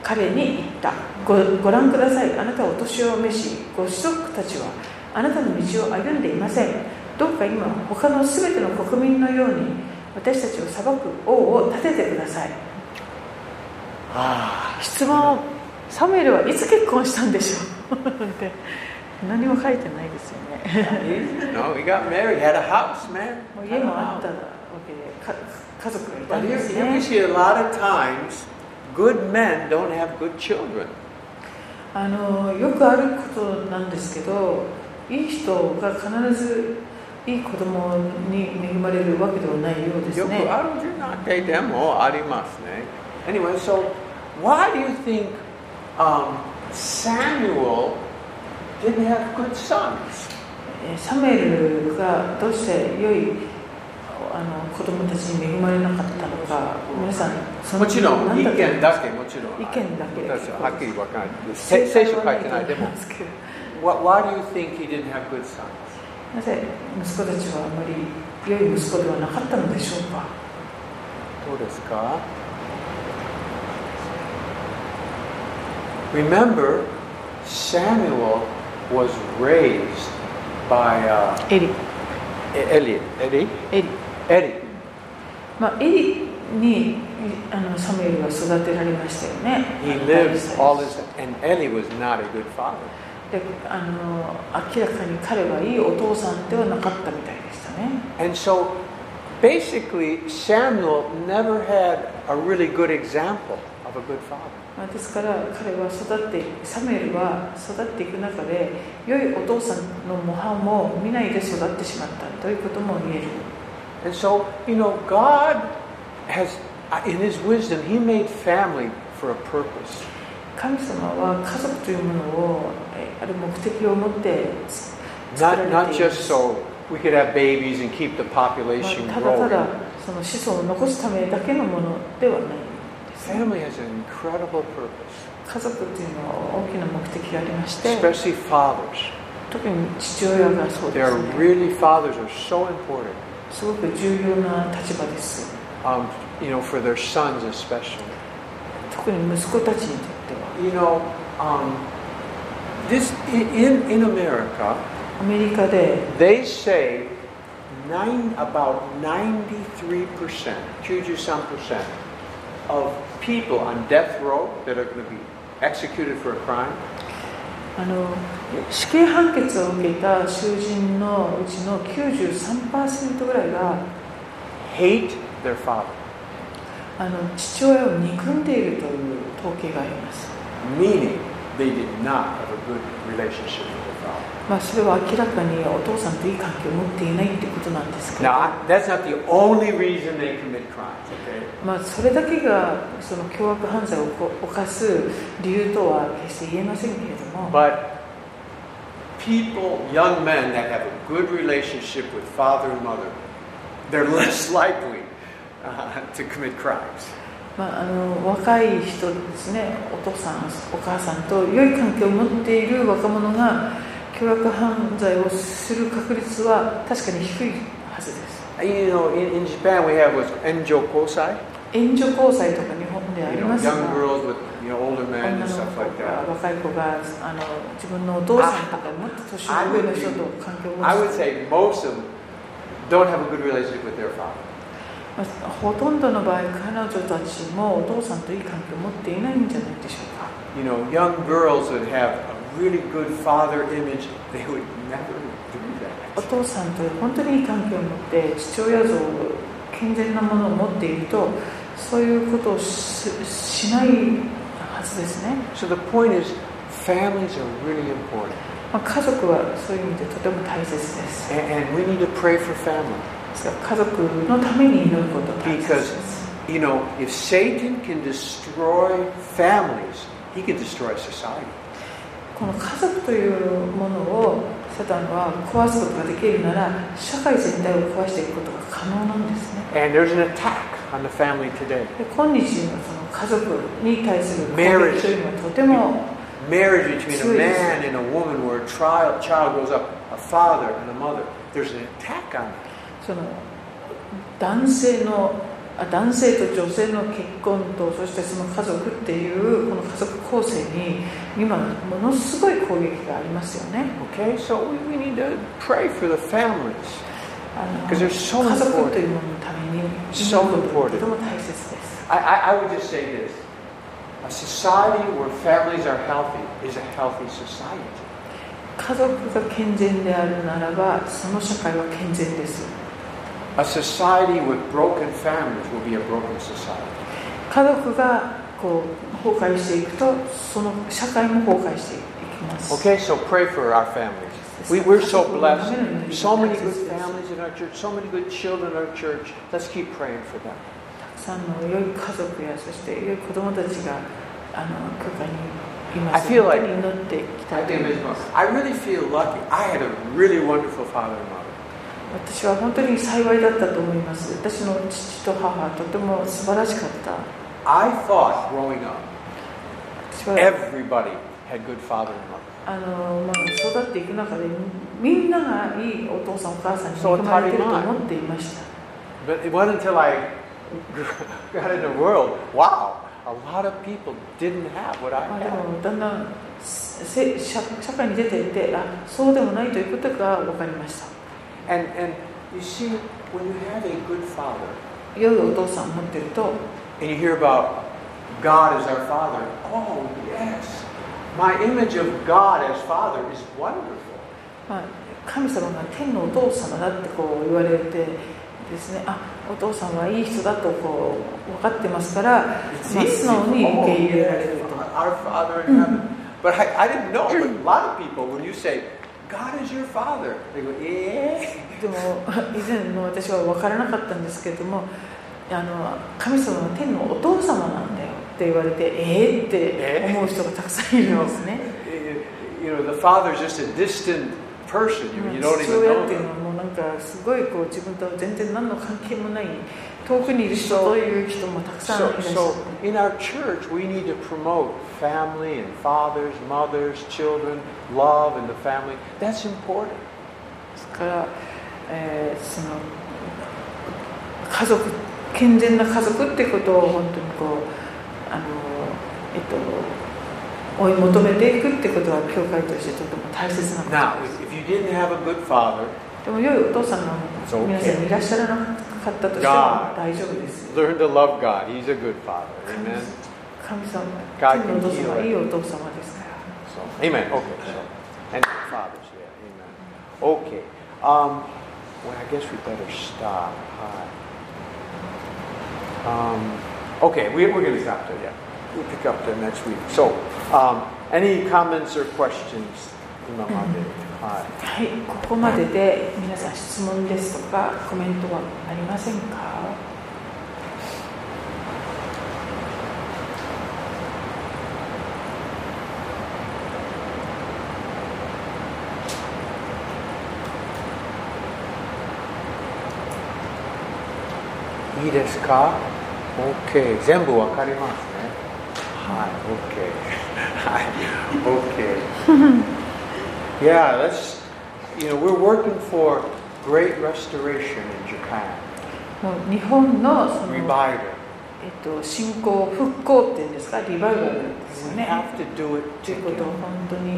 Speaker 2: 彼に言ったごご覧くださいあなたはお年を召しご子息たちはあなたの道を歩んでいませんどうか今他のすべての国民のように私たちを裁く王を立ててください
Speaker 1: ああ。
Speaker 2: 質問サムエルはいつ結婚したんでしょう って何も書いてないですよ ね
Speaker 1: No, he got married, had a house, man.
Speaker 2: もう家もあったわけでか家族がいた
Speaker 1: But
Speaker 2: ん
Speaker 1: you,
Speaker 2: です
Speaker 1: you can
Speaker 2: ね
Speaker 1: see a lot of times, good men don't have good children.
Speaker 2: あのよくあることなんですけどいい人が必ずいい子供に恵まれるわけではないようですね
Speaker 1: Oh, よくあるじゃなくて、でもありますね。Anyway, so why do you think um, Samuel didn't have good sons?
Speaker 2: えーサムエルがどうして良いあの子供たちに恵まれなかったのか皆さんその理由何だと思います意見だけ
Speaker 1: もちろん、意見だけ。もちろん。はっきりわかんない。聖書書いてない。でも、
Speaker 2: すけど
Speaker 1: why, why do you think he didn't have good sons?
Speaker 2: なぜ息子たちはあまり良い息子ではなかったのでしょうか
Speaker 1: どうですか Remember, Samuel was raised by uh, E-,
Speaker 2: エリ
Speaker 1: Eli. Eli?
Speaker 2: エリ
Speaker 1: Eli.
Speaker 2: まあエリにあのサムエルは育てられましたよね
Speaker 1: He
Speaker 2: 大
Speaker 1: lived
Speaker 2: 祭司
Speaker 1: all his and Eli was not a good father.
Speaker 2: であの明らかに彼はいいお父さんではなかったみたいでしたね
Speaker 1: And so basically Samuel never had a really good example of a good father.
Speaker 2: まあですから彼は育ってサムエルは育っていく中で良いお父さんの模範を見ないで育ってしまったということも言える
Speaker 1: And so, you know, God has Uh, In his wisdom, he made family for a purpose.
Speaker 2: 神様は家族というものをえある目的を持って作
Speaker 1: Not,
Speaker 2: られ
Speaker 1: not
Speaker 2: ている
Speaker 1: just so we could have babies and keep the
Speaker 2: ま
Speaker 1: population
Speaker 2: あただた
Speaker 1: growing.
Speaker 2: だその子孫を残すためだけのものではないですね
Speaker 1: Family has an incredible purpose,
Speaker 2: 家族というのは大きな目的がありまして
Speaker 1: especially fathers.
Speaker 2: 特に父親がそうで
Speaker 1: They're
Speaker 2: すね
Speaker 1: really, fathers are so important,
Speaker 2: すごく重要な立場です
Speaker 1: um, you know, for their sons especially.
Speaker 2: 特に息子たちにとっては
Speaker 1: You know, um, this, in, in- in America,
Speaker 2: アメリカで
Speaker 1: They say nine, about 93%, 90 some percent of people on death row that are going to be executed for a crime
Speaker 2: あの死刑判決を受けた囚人のうちの93%ぐらいが
Speaker 1: hate their father.
Speaker 2: あの父親を憎んでいるという統計があります、
Speaker 1: Meaning they did not have a good relationship with their father.
Speaker 2: まあ、それは明らかにお父さんといい関係を持っていないということなんですけど、
Speaker 1: Now,
Speaker 2: ま
Speaker 1: I- that's not the only reason they commit crimes, okay?
Speaker 2: あ、それだけがその凶悪犯罪をこ犯す理由とは決して言えませんけれども
Speaker 1: But people, young men that have a good relationship with father and mother, they're less likely uh, to commit crimes.
Speaker 2: まあ、あの若い人ですねお父さんお母さんと良い関係を持っている若者が凶悪犯罪をする確率は確かに低いはずです
Speaker 1: You know, in, in Japan we have what's enjo kosai.
Speaker 2: 援助交際とか日本であ
Speaker 1: You
Speaker 2: り
Speaker 1: know,
Speaker 2: ます
Speaker 1: young
Speaker 2: が
Speaker 1: girls with you know older
Speaker 2: 女
Speaker 1: men
Speaker 2: の
Speaker 1: and
Speaker 2: 子
Speaker 1: stuff like
Speaker 2: が
Speaker 1: that.
Speaker 2: 若い子があの自分のお父さんとかもっと年の上の人と関係を持
Speaker 1: I would
Speaker 2: つ
Speaker 1: say most of them don't have a good relationship with their father.
Speaker 2: まあほとんどの場合彼女たちもお父さんといい関係を持っていないんじゃないでしょうか
Speaker 1: You know, young girls would have a really good father image. They would never do
Speaker 2: お
Speaker 1: that.
Speaker 2: 父さんという本当にいい関係を持って父親像を健全なものを持っているとそういうことをししないはずですね、
Speaker 1: So the point is, families are really important,
Speaker 2: まあ、家族はそういう意味でとても大切です
Speaker 1: and, and we need to pray for family.
Speaker 2: ですから家族のために祈ることは大切です
Speaker 1: You know, if Satan can destroy families, he can destroy society.
Speaker 2: この家族というものをサタンは壊すことができるなら社会全体を壊していくことが可能なんですね
Speaker 1: And there's an attack on the family today.
Speaker 2: で今日のその家族に対する攻撃というのはとても
Speaker 1: Marriage between a
Speaker 2: Seriously.
Speaker 1: man and a woman, where a child, child grows up, a father and a mother, there's an attack on it.
Speaker 2: その男性のあ男性と女性の結婚とそしてその家族っていうこの家族構成に今ものすごい攻撃がありますよね
Speaker 1: Okay, so we, we need to pray for the families.
Speaker 2: あの
Speaker 1: Because
Speaker 2: 家
Speaker 1: they're so important.
Speaker 2: 族というもののために
Speaker 1: So
Speaker 2: と
Speaker 1: important.
Speaker 2: ても大切です
Speaker 1: I, I, I would just say this a society where families are healthy is a healthy society.
Speaker 2: 家族が健全であるならばその社会は健全です
Speaker 1: A society with broken families will be a broken society.
Speaker 2: 家族がこう崩壊していくとその社会も崩壊していきます、
Speaker 1: Okay, so pray for our families. We, we're so blessed. So many good families in our church, so many good children in our church. Let's keep praying for them.
Speaker 2: たくさんの良い家族やそして良い子供たちがあの教会にいま
Speaker 1: I
Speaker 2: す
Speaker 1: feel
Speaker 2: 本
Speaker 1: like-
Speaker 2: 当に祈っていきた
Speaker 1: I
Speaker 2: いと
Speaker 1: think
Speaker 2: 思い
Speaker 1: it's
Speaker 2: ます
Speaker 1: I really feel lucky. I had a really wonderful father and mother.
Speaker 2: 私は本当に幸いだったと思います私の父と母はとても素晴らしかった
Speaker 1: I thought growing up,
Speaker 2: 私は
Speaker 1: everybody had good father and mother.
Speaker 2: あのまあ、育っていく中でみみんながいいお父さんお母さんに
Speaker 1: そう
Speaker 2: 恵まれてると
Speaker 1: 足りない
Speaker 2: 思っていました
Speaker 1: But it wasn't until I got in the world, wow, a lot of people didn't have what I
Speaker 2: まあ、で
Speaker 1: had.
Speaker 2: もだんだんせ社社会に出ていってあそうでもないということが分かりました
Speaker 1: And, and you see, when you have a good father
Speaker 2: 良いお父さんを持ってると
Speaker 1: and you hear about God as our father, oh, yes, my image of God as father is wonderful.
Speaker 2: まあ、神様が天のお父様だってこう言われてですねあお父さんはいい人だとこう分かってますから、まあ、素直に受け入れられると
Speaker 1: oh, Our Father in heaven. But I, I didn't know, but a lot of people, when you say, God is your Father, they go, yeah.
Speaker 2: でも以前の私は分からなかったんですけれどもあの神様は天のお父様なんだよって言われてえー、って思う人がたくさんいるんですね
Speaker 1: You know, the father is just a distant person.
Speaker 2: ま
Speaker 1: You,
Speaker 2: あ
Speaker 1: you don't
Speaker 2: 父
Speaker 1: even
Speaker 2: 親っ
Speaker 1: know
Speaker 2: ていう
Speaker 1: them.
Speaker 2: のはもうなんかすごいこう自分とは全然何の関係もない遠くにいる人という人もたくさんい
Speaker 1: So,
Speaker 2: らっしゃる
Speaker 1: so in our church, we need to promote family and fathers, mothers, children, love in the family. That's important.
Speaker 2: ですから、えーその家族健全な家族ってことを本当にこうあの、えっと、追い求めていくってことは教会としてとても大切なこと
Speaker 1: Now,
Speaker 2: で
Speaker 1: if- if you didn't have a good father,
Speaker 2: すでも良いお父さんが
Speaker 1: It's okay.
Speaker 2: 皆さんいらっしゃらなかったとしても
Speaker 1: God
Speaker 2: 大丈夫です
Speaker 1: learn to love God. He's a good father. Amen.
Speaker 2: 神様
Speaker 1: God
Speaker 2: 天のお父様
Speaker 1: can heal
Speaker 2: は
Speaker 1: it.
Speaker 2: いいお父様ですから
Speaker 1: So, amen. Okay. So, and the fathers, yeah. Amen. Okay. Um, well, I guess we better stop. Hi. Um, okay, we, we're going to stop there. Yeah, we'll pick up there next week. So, um, any comments or questions? 今まで。はい。
Speaker 2: はい、ここまでで皆さん質問ですとかコメントはありませんか
Speaker 1: いいですか ?OK。全部わかりますね。はい。OK。はい。OK。yeah, let's, you know, we're working for great restoration in Japan.
Speaker 2: もう日本のその、
Speaker 1: Revival.
Speaker 2: えっと、信仰復興っていうんですかリバイバルですよ
Speaker 1: We
Speaker 2: ね
Speaker 1: have to do it
Speaker 2: ということを
Speaker 1: together.
Speaker 2: 本当に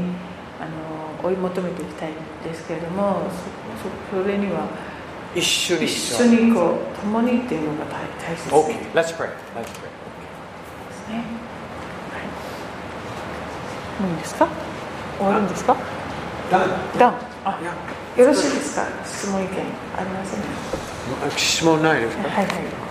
Speaker 2: あの追い求めていきたいんですけれどもそそそれには
Speaker 1: 一緒に
Speaker 2: 一緒にこう共にっていうのが大大切
Speaker 1: OK。Let's pray. Let's pray.
Speaker 2: ですね、はい、もういいですか終わるんですか
Speaker 1: Done.
Speaker 2: ダンあ
Speaker 1: Yeah.
Speaker 2: よろしいですか質問意見ありませんか
Speaker 1: 質問ないですか
Speaker 2: はいはい